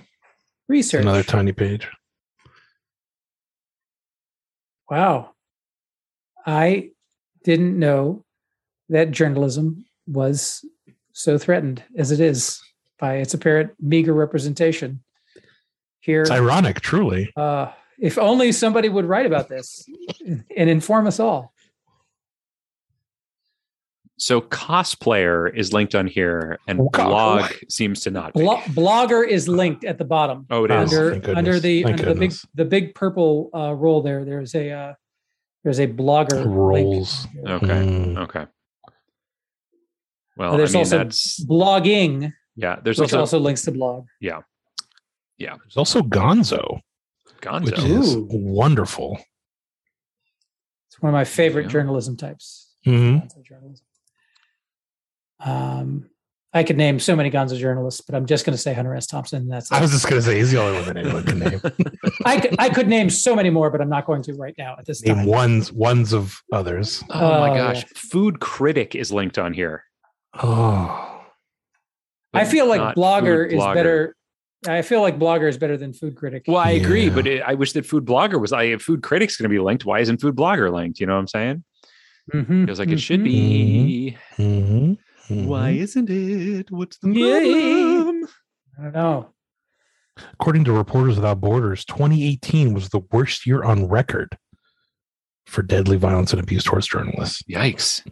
[SPEAKER 2] Research.
[SPEAKER 3] another tiny page.
[SPEAKER 2] Wow. I didn't know that journalism was so threatened as it is by its apparent meager representation here.
[SPEAKER 3] It's ironic, truly.
[SPEAKER 2] Uh, if only somebody would write about this and inform us all.
[SPEAKER 1] So cosplayer is linked on here and
[SPEAKER 3] Oh, God.
[SPEAKER 1] blog seems to not be.
[SPEAKER 2] Blo- blogger is linked at the bottom.
[SPEAKER 1] Oh, it is.
[SPEAKER 3] Oh.
[SPEAKER 2] under
[SPEAKER 3] thank goodness.
[SPEAKER 2] under the
[SPEAKER 3] Thank
[SPEAKER 2] under the big
[SPEAKER 3] goodness.
[SPEAKER 2] the big purple uh, roll there. There's a uh, there's a blogger link.
[SPEAKER 3] Rolls.
[SPEAKER 1] Okay.
[SPEAKER 3] Mm.
[SPEAKER 1] Okay. Well, I
[SPEAKER 2] There's
[SPEAKER 1] mean,
[SPEAKER 2] also-
[SPEAKER 1] that's,
[SPEAKER 2] blogging,
[SPEAKER 1] yeah, there's
[SPEAKER 2] which
[SPEAKER 1] also,
[SPEAKER 2] also links to blog.
[SPEAKER 3] There's also Gonzo, which
[SPEAKER 1] Gonzo.
[SPEAKER 3] is
[SPEAKER 2] Ooh.
[SPEAKER 3] wonderful.
[SPEAKER 2] It's one of my favorite
[SPEAKER 1] Yeah.
[SPEAKER 2] journalism types.
[SPEAKER 3] Mhm.
[SPEAKER 2] Gonzo journalism. Um, I could name so many Gonzo journalists, but I'm just going to say Hunter S. Thompson. and That's it.
[SPEAKER 3] I was just gonna say he's the only one that anyone can name.
[SPEAKER 2] I could, I could name so many more, but I'm not going to right now at this
[SPEAKER 3] name
[SPEAKER 2] time.
[SPEAKER 3] ones ones of others.
[SPEAKER 1] Oh my
[SPEAKER 2] Oh,
[SPEAKER 1] gosh.
[SPEAKER 2] yeah.
[SPEAKER 1] Food critic is linked on here.
[SPEAKER 3] Oh,
[SPEAKER 2] I feel like
[SPEAKER 1] Not
[SPEAKER 2] blogger
[SPEAKER 1] food
[SPEAKER 2] is better. I feel like blogger is better than food critic.
[SPEAKER 1] Well, I agree,
[SPEAKER 3] Yeah.
[SPEAKER 1] but it, I wish that food blogger was. I if food critic's going to be linked. Why isn't food blogger linked? You know what I'm saying?
[SPEAKER 2] Mhm,
[SPEAKER 1] Feels like it should
[SPEAKER 2] mhm.
[SPEAKER 1] be.
[SPEAKER 3] Mhm. Mhm.
[SPEAKER 1] Why isn't it? What's the
[SPEAKER 2] Mm-hmm. Yay.
[SPEAKER 1] problem?
[SPEAKER 2] I don't know.
[SPEAKER 3] According to Reporters Without Borders, 2018 was the worst year on record for deadly violence and abuse towards journalists.
[SPEAKER 1] Yikes!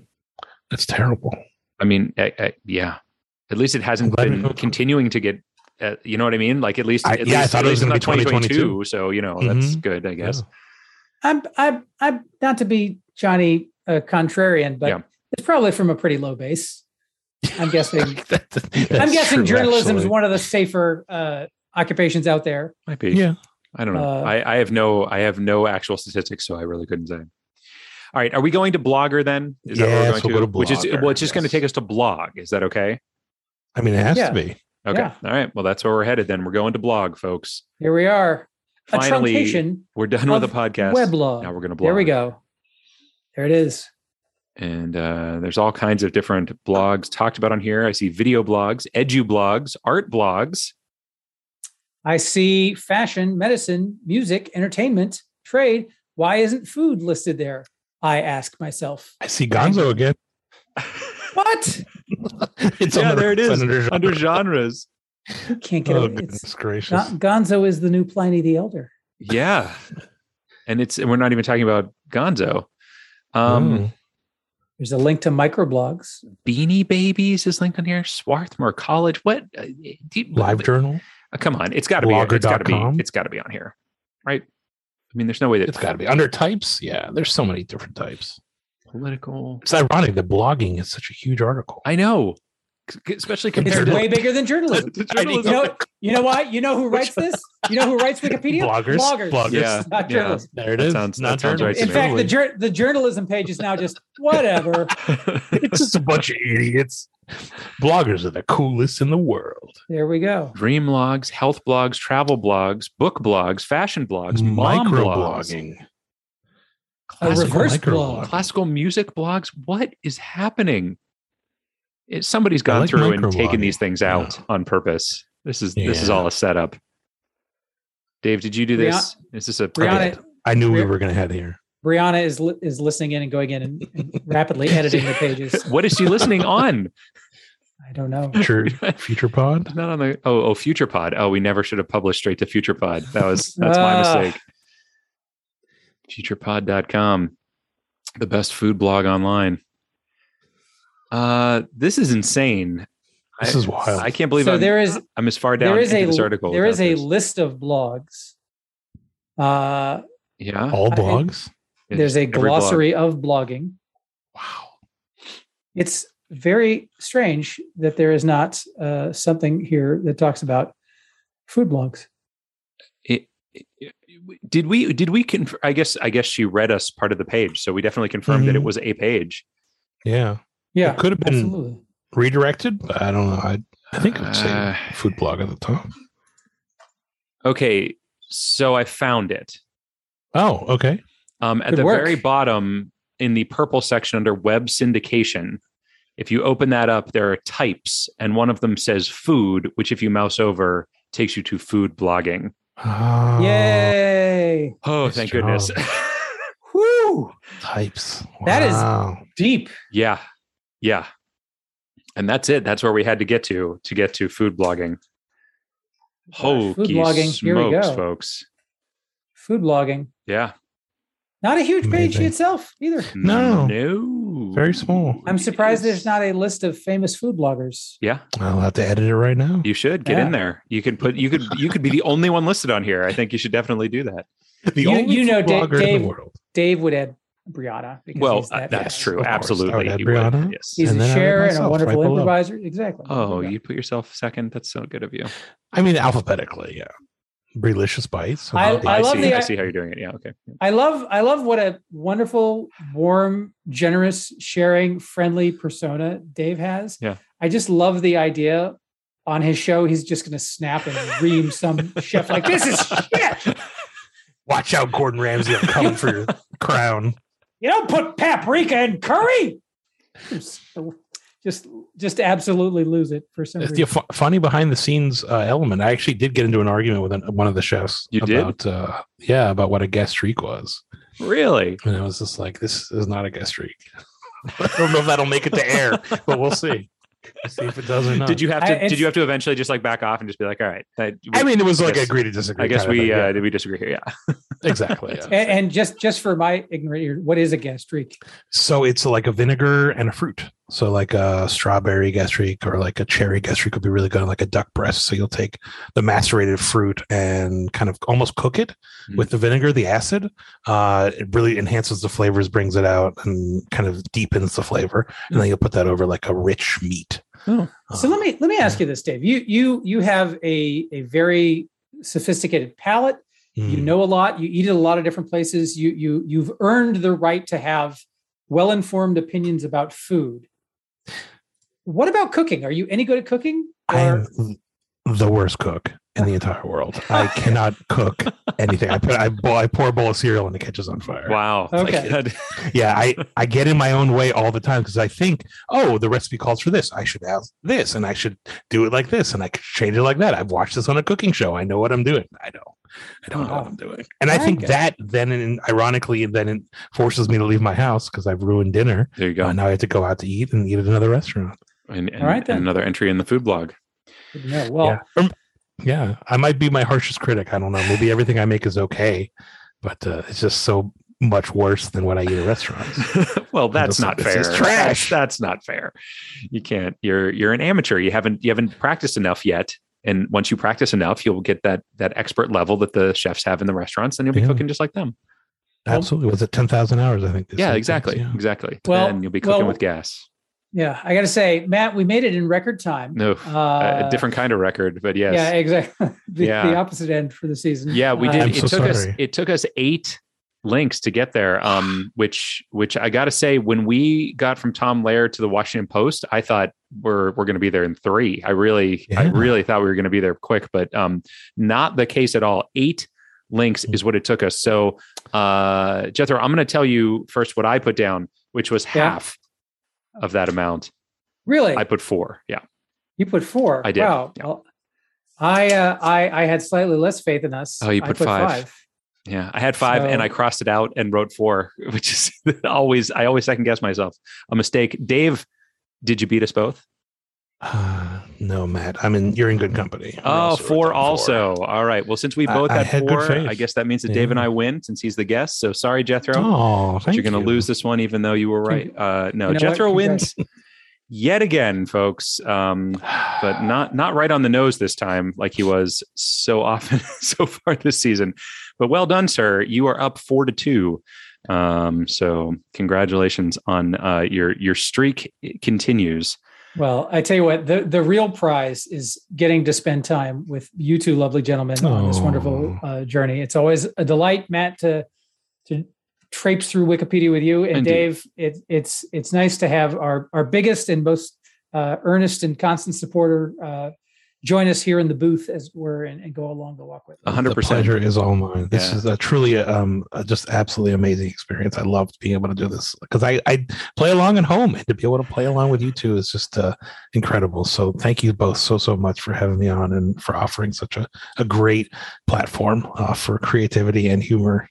[SPEAKER 3] That's terrible.
[SPEAKER 1] I mean, I, I, yeah. At least it hasn't
[SPEAKER 3] I'm glad we
[SPEAKER 1] been
[SPEAKER 3] don't-
[SPEAKER 1] continuing to get. Uh, you know what I mean? Like at least,
[SPEAKER 3] I-
[SPEAKER 1] at
[SPEAKER 3] yeah, I
[SPEAKER 1] least,
[SPEAKER 3] thought
[SPEAKER 1] at
[SPEAKER 3] it
[SPEAKER 1] least
[SPEAKER 3] was gonna
[SPEAKER 1] it's
[SPEAKER 3] be
[SPEAKER 1] not
[SPEAKER 3] 2022.
[SPEAKER 1] 2022. So you know that's
[SPEAKER 3] Mhm.
[SPEAKER 1] good, I guess.
[SPEAKER 2] I'm I'm I'm not to be Johnny uh, contrarian, but
[SPEAKER 1] Yeah.
[SPEAKER 2] it's probably from a pretty low base. I'm guessing.
[SPEAKER 3] That- that-
[SPEAKER 2] I'm
[SPEAKER 3] that's
[SPEAKER 2] guessing
[SPEAKER 3] true,
[SPEAKER 2] journalism is
[SPEAKER 3] actually.
[SPEAKER 2] one of the safer uh, occupations out there.
[SPEAKER 1] Might be.
[SPEAKER 3] Yeah.
[SPEAKER 1] I don't know.
[SPEAKER 2] Uh,
[SPEAKER 1] I, I have no. I have no actual statistics, so I really couldn't say. All right, are we going to Blogger then?
[SPEAKER 3] Yes, we'll go to
[SPEAKER 1] Which is
[SPEAKER 3] Blogger,
[SPEAKER 1] well, it's just going to
[SPEAKER 3] yes.
[SPEAKER 1] take us to blog. Is that okay?
[SPEAKER 3] I mean, it has
[SPEAKER 2] Yeah.
[SPEAKER 3] to be.
[SPEAKER 1] Okay.
[SPEAKER 2] Yeah.
[SPEAKER 1] All right. Well, that's where we're headed then. We're going to blog, folks.
[SPEAKER 2] Here we are. A
[SPEAKER 1] Finally,
[SPEAKER 2] truncation
[SPEAKER 1] we're done with the
[SPEAKER 2] of
[SPEAKER 1] podcast.
[SPEAKER 2] weblog.
[SPEAKER 1] Now we're going to blog.
[SPEAKER 2] There we go. There it is.
[SPEAKER 1] And uh, there's all kinds of different blogs talked about on here. I see video blogs, edu blogs, art blogs.
[SPEAKER 2] I see fashion, medicine, music, entertainment, trade. Why isn't food listed there? I ask myself.
[SPEAKER 3] I see Gonzo again.
[SPEAKER 2] What?
[SPEAKER 3] It's
[SPEAKER 1] Yeah,
[SPEAKER 3] on
[SPEAKER 1] there it is.
[SPEAKER 3] Under, genre.
[SPEAKER 1] Under genres.
[SPEAKER 2] You can't get
[SPEAKER 3] Oh,
[SPEAKER 2] away. It's,
[SPEAKER 3] goodness gracious.
[SPEAKER 2] Gon- Gonzo is the new Pliny the Elder.
[SPEAKER 1] Yeah. And it's and we're not even talking about Gonzo. Um,
[SPEAKER 3] Mm.
[SPEAKER 2] There's a link to microblogs.
[SPEAKER 1] Beanie Babies is linked on here. Swarthmore College. What? Uh, do you-
[SPEAKER 3] Live Journal.
[SPEAKER 1] Uh, come on. It's got to be. It's got to
[SPEAKER 3] Blogger.com?
[SPEAKER 1] be. It's got to be on here, right? I mean, there's no way that
[SPEAKER 3] It's got to be under types. Yeah, there's so many different types.
[SPEAKER 1] political.
[SPEAKER 3] It's ironic that blogging is such a huge article.
[SPEAKER 1] I know, C- especially
[SPEAKER 2] It's
[SPEAKER 1] compared to
[SPEAKER 2] way bigger than journalism.
[SPEAKER 1] to
[SPEAKER 3] I know.
[SPEAKER 2] You
[SPEAKER 1] journalism.
[SPEAKER 2] know, you know why? You know who writes this? You know who writes Wikipedia?
[SPEAKER 3] Bloggers.
[SPEAKER 2] Bloggers.
[SPEAKER 3] Bloggers.
[SPEAKER 1] Yeah,
[SPEAKER 2] Not
[SPEAKER 1] yeah.
[SPEAKER 2] journalists.
[SPEAKER 3] There it
[SPEAKER 1] That
[SPEAKER 3] is.
[SPEAKER 1] sounds-
[SPEAKER 3] Not
[SPEAKER 1] that sounds right
[SPEAKER 3] journalism.
[SPEAKER 1] to
[SPEAKER 2] In
[SPEAKER 1] me.
[SPEAKER 2] fact, the, jur- the journalism page is now just whatever.
[SPEAKER 3] it's just a bunch of idiots. Bloggers are the coolest in the world.
[SPEAKER 2] There we go.
[SPEAKER 1] Dream logs, health blogs, travel blogs, book blogs, fashion blogs, mom blogs,
[SPEAKER 3] Microblogging.
[SPEAKER 2] A
[SPEAKER 3] Classical
[SPEAKER 2] reverse
[SPEAKER 3] microblog.
[SPEAKER 2] blog.
[SPEAKER 1] classical music blogs. What is happening? It, somebody's
[SPEAKER 3] I
[SPEAKER 1] gone
[SPEAKER 3] like
[SPEAKER 1] through and
[SPEAKER 3] microblogging.
[SPEAKER 1] taken these things out on purpose. This is this is
[SPEAKER 3] Yeah.
[SPEAKER 1] all a setup. Dave, did you do this? is this a
[SPEAKER 2] Brianna,
[SPEAKER 3] I knew we
[SPEAKER 2] Re-
[SPEAKER 3] were going to head here.
[SPEAKER 2] Brianna is li- is listening in and going in and, and rapidly editing the pages.
[SPEAKER 1] What is she listening on?
[SPEAKER 2] I don't know.
[SPEAKER 3] Future, future pod.
[SPEAKER 1] Not on the oh oh Future Pod. Oh, we never should have published straight to Future Pod. That was that's my
[SPEAKER 2] Ah.
[SPEAKER 1] mistake. Futurepod.com, the best food blog online. Uh, this is insane.
[SPEAKER 3] This
[SPEAKER 1] I,
[SPEAKER 3] is wild.
[SPEAKER 1] I can't believe
[SPEAKER 2] so
[SPEAKER 1] I'm,
[SPEAKER 2] there is
[SPEAKER 1] I'm as far down
[SPEAKER 2] there is
[SPEAKER 1] into
[SPEAKER 2] a
[SPEAKER 1] this article.
[SPEAKER 2] there
[SPEAKER 1] without
[SPEAKER 2] is a
[SPEAKER 1] this.
[SPEAKER 2] list of blogs. Uh,
[SPEAKER 1] yeah.
[SPEAKER 3] All
[SPEAKER 2] I-
[SPEAKER 3] blogs.
[SPEAKER 2] there's a
[SPEAKER 1] every blog.
[SPEAKER 2] glossary of blogging.
[SPEAKER 3] Wow.
[SPEAKER 2] It's very strange that there is not uh, something here that talks about food blogs.
[SPEAKER 1] Did we did we conf- I guess I guess she read us part of the page, so we definitely confirmed that it
[SPEAKER 2] Mm-hmm.
[SPEAKER 3] Mhm.
[SPEAKER 1] was a page.
[SPEAKER 3] Yeah.
[SPEAKER 2] Yeah,
[SPEAKER 3] could have been-
[SPEAKER 2] absolutely.
[SPEAKER 3] Redirected. but I don't know. I, I think it would say
[SPEAKER 1] Uh,
[SPEAKER 3] food blog at the top.
[SPEAKER 1] Okay, so I found it.
[SPEAKER 3] Oh, okay.
[SPEAKER 1] Um, at
[SPEAKER 2] Good
[SPEAKER 1] the
[SPEAKER 2] work.
[SPEAKER 1] very bottom in the purple section under web syndication, If you open that up, there are types, and one of them says food, which if you mouse over takes you to food blogging.
[SPEAKER 3] Oh,
[SPEAKER 2] Yay!
[SPEAKER 1] Oh,
[SPEAKER 3] Nice
[SPEAKER 1] thank
[SPEAKER 3] job.
[SPEAKER 1] goodness.
[SPEAKER 2] Whoo!
[SPEAKER 3] Types.
[SPEAKER 2] That is-
[SPEAKER 3] Wow.
[SPEAKER 2] Deep.
[SPEAKER 1] yeah. Yeah. And that's it. That's where we had to get to to get to food blogging. Holy
[SPEAKER 2] Gosh, food blogging.
[SPEAKER 1] smokes,
[SPEAKER 2] Here we go.
[SPEAKER 1] folks.
[SPEAKER 2] Food blogging.
[SPEAKER 1] Yeah.
[SPEAKER 2] Not a huge page
[SPEAKER 3] Amazing.
[SPEAKER 2] itself either.
[SPEAKER 3] No.
[SPEAKER 1] No.
[SPEAKER 3] very small.
[SPEAKER 2] I'm surprised
[SPEAKER 1] Yes.
[SPEAKER 2] there's not a list of famous food bloggers.
[SPEAKER 1] Yeah,
[SPEAKER 3] I'll have to edit it right now.
[SPEAKER 1] you should get in there. You could put you could you could be the only one listed on here. I think you should definitely do that.
[SPEAKER 3] The
[SPEAKER 2] You-
[SPEAKER 3] only
[SPEAKER 2] you know,
[SPEAKER 3] food
[SPEAKER 2] Da-
[SPEAKER 3] blogger in
[SPEAKER 2] Dave-
[SPEAKER 3] the world.
[SPEAKER 2] Dave would add Brianna. Because
[SPEAKER 1] well,
[SPEAKER 2] he's that
[SPEAKER 1] uh, that's
[SPEAKER 2] guy.
[SPEAKER 1] true.
[SPEAKER 3] Of course. Oh, I would
[SPEAKER 1] Absolutely.
[SPEAKER 3] add
[SPEAKER 1] you would.
[SPEAKER 3] Brianna.
[SPEAKER 1] Yes.
[SPEAKER 2] He's
[SPEAKER 3] And
[SPEAKER 2] a
[SPEAKER 3] then I would
[SPEAKER 2] sharer and a
[SPEAKER 3] myself
[SPEAKER 2] wonderful
[SPEAKER 3] right below.
[SPEAKER 2] improviser. Exactly.
[SPEAKER 1] Oh,
[SPEAKER 2] Yeah.
[SPEAKER 1] you put yourself second. That's so good of you.
[SPEAKER 3] I mean, alphabetically, yeah. Brelicious bites.
[SPEAKER 2] I-
[SPEAKER 1] Oh, I,
[SPEAKER 2] love
[SPEAKER 1] see.
[SPEAKER 2] the-
[SPEAKER 1] I see how you're doing it. Yeah. Okay.
[SPEAKER 2] I love I love what a wonderful, warm, generous, sharing, friendly persona Dave has.
[SPEAKER 1] Yeah.
[SPEAKER 2] I just love the idea on his show he's just going to snap and ream some chef like this is shit.
[SPEAKER 3] Watch out, Gordon Ramsay! I'm coming for your crown.
[SPEAKER 2] You don't put paprika in curry. Just just absolutely lose it for some
[SPEAKER 3] It's
[SPEAKER 2] reason.
[SPEAKER 3] the fu- funny behind the scenes uh, element. I actually did get into an argument with an, one of the chefs.
[SPEAKER 1] You did?
[SPEAKER 3] about, Uh, yeah, about what a gastrique was,
[SPEAKER 1] Really?
[SPEAKER 3] and I was just like, "This is not a gastrique." I don't know if that'll make it to air, but we'll see. See if it does or not.
[SPEAKER 1] Did you have
[SPEAKER 2] I-
[SPEAKER 1] to? did
[SPEAKER 2] it's-
[SPEAKER 1] you have to eventually just like back off and just be like, all right? That,
[SPEAKER 3] I mean, it was like
[SPEAKER 1] guess-
[SPEAKER 3] agree to disagree.
[SPEAKER 1] I guess
[SPEAKER 3] kind of
[SPEAKER 1] we
[SPEAKER 3] thing,
[SPEAKER 1] uh, did we disagree here. Yeah.
[SPEAKER 3] yeah. exactly. yeah.
[SPEAKER 2] and, and just just for my ignorant ear, what is a gastrique?
[SPEAKER 3] So it's like a vinegar and a fruit. So like a strawberry gastrique or like a cherry gastrique would be really good, like a duck breast. So you'll take the macerated fruit and kind of almost cook it with the vinegar, the acid. Uh, it really enhances the flavors, brings it out, and kind of deepens the flavor. And then you'll put that over like a rich meat.
[SPEAKER 1] Oh.
[SPEAKER 2] So let me let me ask you this, Dave. You you you have a a very sophisticated palate.
[SPEAKER 3] Uh, hmm.
[SPEAKER 2] You know a lot. You eat at a lot of different places. You you you've earned the right to have well informed opinions about food. What about cooking? Are you any good at cooking?
[SPEAKER 3] I'm the worst cook in the entire world. I cannot cook anything. I put I, bo- I pour a bowl of cereal and it catches on fire.
[SPEAKER 1] Wow.
[SPEAKER 2] Okay.
[SPEAKER 1] Like,
[SPEAKER 3] yeah i i get in my own way all the time because i think oh the recipe calls for this i should have this and i should do it like this and i could change it like that i've watched this on a cooking show i know what i'm doing i don't i don't know what i'm doing and i
[SPEAKER 2] Alright,
[SPEAKER 3] think
[SPEAKER 2] guys.
[SPEAKER 3] that then in, ironically then it forces me to leave my house because i've ruined dinner
[SPEAKER 1] there you
[SPEAKER 3] Uh,
[SPEAKER 1] go.
[SPEAKER 3] now i have to go out to eat and eat at another restaurant
[SPEAKER 1] And, and,
[SPEAKER 2] All right,
[SPEAKER 1] and
[SPEAKER 2] then.
[SPEAKER 1] another entry in the food blog.
[SPEAKER 2] no. Well,
[SPEAKER 3] yeah Um, yeah i might be my harshest critic i don't know maybe everything i make is okay but uh, it's just so much worse than what i eat at restaurants
[SPEAKER 1] well, that's
[SPEAKER 3] This-
[SPEAKER 1] not
[SPEAKER 3] this
[SPEAKER 1] fair.
[SPEAKER 3] is trash.
[SPEAKER 1] That's, that's not fair. You can't. You're you're an amateur. You haven't you haven't practiced enough yet. And once you practice enough, you'll get that that expert level that the chefs have in the restaurants, and you'll be
[SPEAKER 3] Yeah.
[SPEAKER 1] cooking just like them.
[SPEAKER 3] absolutely was it 10000 hours i think they said
[SPEAKER 1] yeah,
[SPEAKER 3] it was,
[SPEAKER 1] exactly,
[SPEAKER 3] yeah.
[SPEAKER 1] exactly.
[SPEAKER 2] Well-
[SPEAKER 1] and you'll be cooking
[SPEAKER 2] well-
[SPEAKER 1] with gas.
[SPEAKER 2] yeah. I got to say, Matt, we made it in record time.
[SPEAKER 1] No,
[SPEAKER 2] Uh,
[SPEAKER 1] a different kind of record, but yes,
[SPEAKER 2] Yeah, exactly. The,
[SPEAKER 1] Yeah.
[SPEAKER 2] the opposite end for the season.
[SPEAKER 1] Yeah, we
[SPEAKER 2] Uh,
[SPEAKER 1] did.
[SPEAKER 3] I'm
[SPEAKER 1] it
[SPEAKER 3] so
[SPEAKER 1] took us.
[SPEAKER 3] sorry.
[SPEAKER 1] It took us eight links to get there. Um, which which I gotta say, when we got from Tom Lair to the Washington Post, I thought we're we're gonna be there in three. I really I
[SPEAKER 3] Yeah.
[SPEAKER 1] really thought we were gonna be there quick, but um, not the case at all. Eight links
[SPEAKER 3] Mm.
[SPEAKER 1] is what it took us. So, uh, Jethro, I'm gonna tell you first what I put down, which was
[SPEAKER 2] Yeah.
[SPEAKER 1] half of that amount.
[SPEAKER 2] Really?
[SPEAKER 1] I put four. Yeah.
[SPEAKER 2] You put four.
[SPEAKER 1] I did,
[SPEAKER 2] Wow.
[SPEAKER 1] yeah.
[SPEAKER 2] Well, I, uh, I I had slightly less faith in us.
[SPEAKER 1] Oh, you
[SPEAKER 2] I
[SPEAKER 1] put five. Yeah, I had five and
[SPEAKER 2] So-
[SPEAKER 1] I crossed it out and wrote four, which is always I always second guess myself. A mistake. Dave, did you beat us both?
[SPEAKER 3] Uh, no, Matt. I mean, you're in good company. I
[SPEAKER 1] Oh,
[SPEAKER 3] also wrote
[SPEAKER 1] four
[SPEAKER 3] down
[SPEAKER 1] also. All right. Well, since we
[SPEAKER 3] I-
[SPEAKER 1] both
[SPEAKER 3] I
[SPEAKER 1] had,
[SPEAKER 3] had good
[SPEAKER 1] four,
[SPEAKER 3] faith.
[SPEAKER 1] I guess that means that Dave and I win since he's the guest. So sorry, Jethro.
[SPEAKER 3] Oh,
[SPEAKER 1] but
[SPEAKER 3] thank
[SPEAKER 1] you're gonna
[SPEAKER 3] you. Hmm.
[SPEAKER 1] lose this one, even though you were right. Uh no,
[SPEAKER 2] you know what?
[SPEAKER 1] Jethro wins yet again, folks. Um but not not right on the nose this time, like he was so often so far this season. But well done, sir. You are up four to two. Um, so congratulations on uh, your your streak continues.
[SPEAKER 2] Well, I tell you what, the, the real prize is getting to spend time with you two lovely gentlemen on this
[SPEAKER 3] Oh.
[SPEAKER 2] wonderful uh, journey. It's always a delight, Matt, to to traipse through Wikipedia with you. And
[SPEAKER 1] Indeed.
[SPEAKER 2] Dave, it, it's it's nice to have our our biggest and most uh, earnest and constant supporter uh, join us here in the booth as we're and, and go along the walk with us.
[SPEAKER 1] 100%.
[SPEAKER 3] The pleasure is all mine. This
[SPEAKER 1] Yeah.
[SPEAKER 3] is a truly um a just absolutely amazing experience. I loved being able to do this because I I play along at home and to be able to play along with you two is just uh, incredible. So thank you both so so much for having me on and for offering such a a great platform uh, for creativity and humor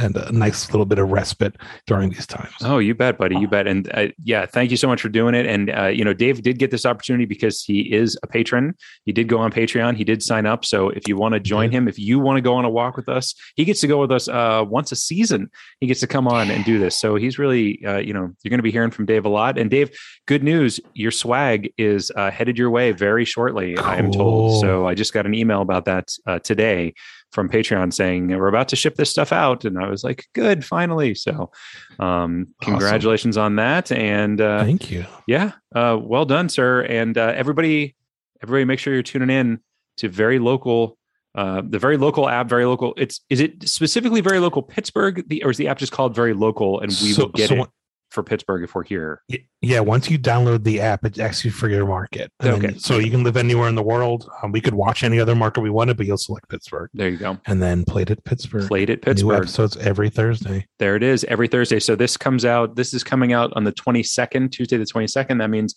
[SPEAKER 3] and a nice little bit of respite during these times.
[SPEAKER 1] Oh, you bet, buddy. You bet. And uh, yeah, thank you so much for doing it. And, uh, you know, Dave did get this opportunity because he is a patron. He did go on Patreon. He did sign up. So if you want to join him, if you want to go on a walk with us, he gets to go with us uh, once a season. He gets to come on and do this. So he's really, uh, you know, you're going to be hearing from Dave a lot. And Dave, good news your swag is uh, headed your way very shortly, I am told.
[SPEAKER 3] Cool.
[SPEAKER 1] So I just got an email about that uh, today from Patreon saying we're about to ship this stuff out. And I was like, good, finally. So um,
[SPEAKER 3] Awesome.
[SPEAKER 1] congratulations on that. And uh,
[SPEAKER 3] thank you.
[SPEAKER 1] yeah, uh, well done, sir. And uh, everybody, everybody make sure you're tuning in to very local, uh, the very local app, very local. It's, is it specifically very local Pittsburgh the, or is the app just called very local and we
[SPEAKER 3] So-
[SPEAKER 1] will get
[SPEAKER 3] so
[SPEAKER 1] it
[SPEAKER 3] what-
[SPEAKER 1] for Pittsburgh if we're here.
[SPEAKER 3] Y- Yeah, once you download the app, it asks you for your market. And then-
[SPEAKER 1] Okay.
[SPEAKER 3] so you can live anywhere in the world. Um, we could watch any other market we wanted, but you'll select Pittsburgh
[SPEAKER 1] There you go.
[SPEAKER 3] and then played at Pittsburgh.
[SPEAKER 1] Played at
[SPEAKER 3] New
[SPEAKER 1] Pittsburgh.
[SPEAKER 3] episodes every Thursday.
[SPEAKER 1] There it is every Thursday. So this comes out, this is coming out on the 22nd, Tuesday the 22nd. That means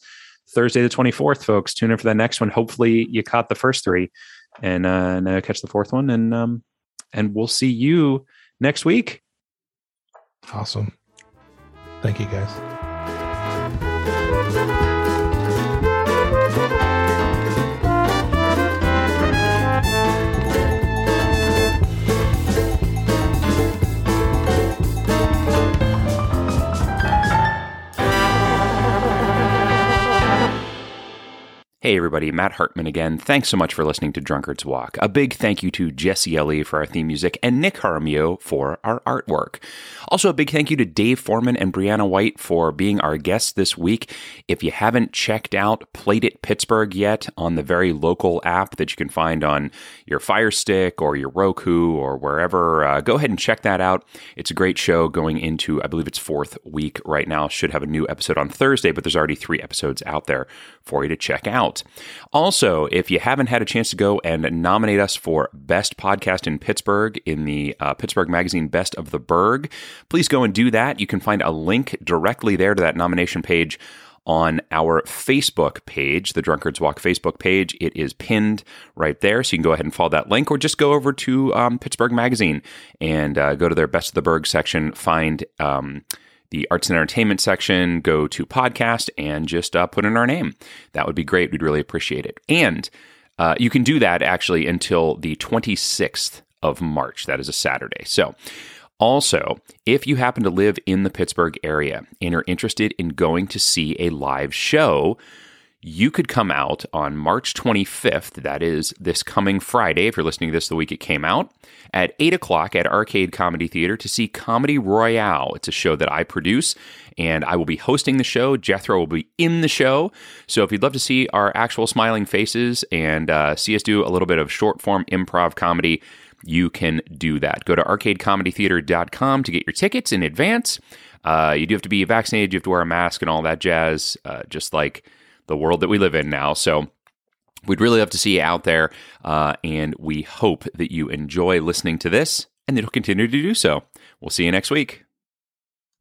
[SPEAKER 1] Thursday the 24th, folks. Tune in for the next one. Hopefully you caught the first three and uh now catch the fourth one. And um and we'll see you next week.
[SPEAKER 3] Awesome. Thank you guys.
[SPEAKER 1] Hey, everybody, Matt Hartman again. Thanks so much for listening to Drunkard's Walk. A big thank you to Jesse Ellie for our theme music and Nick Jaramillo for our artwork. Also, a big thank you to Dave Foreman and Brianna White for being our guests this week. If you haven't checked out Plate It Pittsburgh yet on the very local app that you can find on your Fire Stick or your Roku or wherever, uh, go ahead and check that out. It's a great show going into, I believe, its fourth week right now. Should have a new episode on Thursday, but there's already three episodes out there for you to check out. Also, if you haven't had a chance to go and nominate us for Best Podcast in Pittsburgh in the uh, Pittsburgh Magazine Best of the Berg, please go and do that. You can find a link directly there to that nomination page on our Facebook page, the Drunkards Walk Facebook page. It is pinned right there. So you can go ahead and follow that link or just go over to um, Pittsburgh Magazine and uh, go to their Best of the Berg section, find. Um, the arts and entertainment section, go to podcast and just uh, put in our name. That would be great. We'd really appreciate it. And uh, you can do that actually until the 26th of March. That is a Saturday. So, also, if you happen to live in the Pittsburgh area and are interested in going to see a live show, you could come out on March 25th, that is this coming Friday, if you're listening to this the week it came out, at 8 o'clock at Arcade Comedy Theater to see Comedy Royale. It's a show that I produce, and I will be hosting the show. Jethro will be in the show. So if you'd love to see our actual smiling faces and uh, see us do a little bit of short form improv comedy, you can do that. Go to arcadecomedytheater.com to get your tickets in advance. Uh, you do have to be vaccinated, you have to wear a mask and all that jazz, uh, just like the world that we live in now. So we'd really love to see you out there, uh, and we hope that you enjoy listening to this and that you'll continue to do so. We'll see you next week.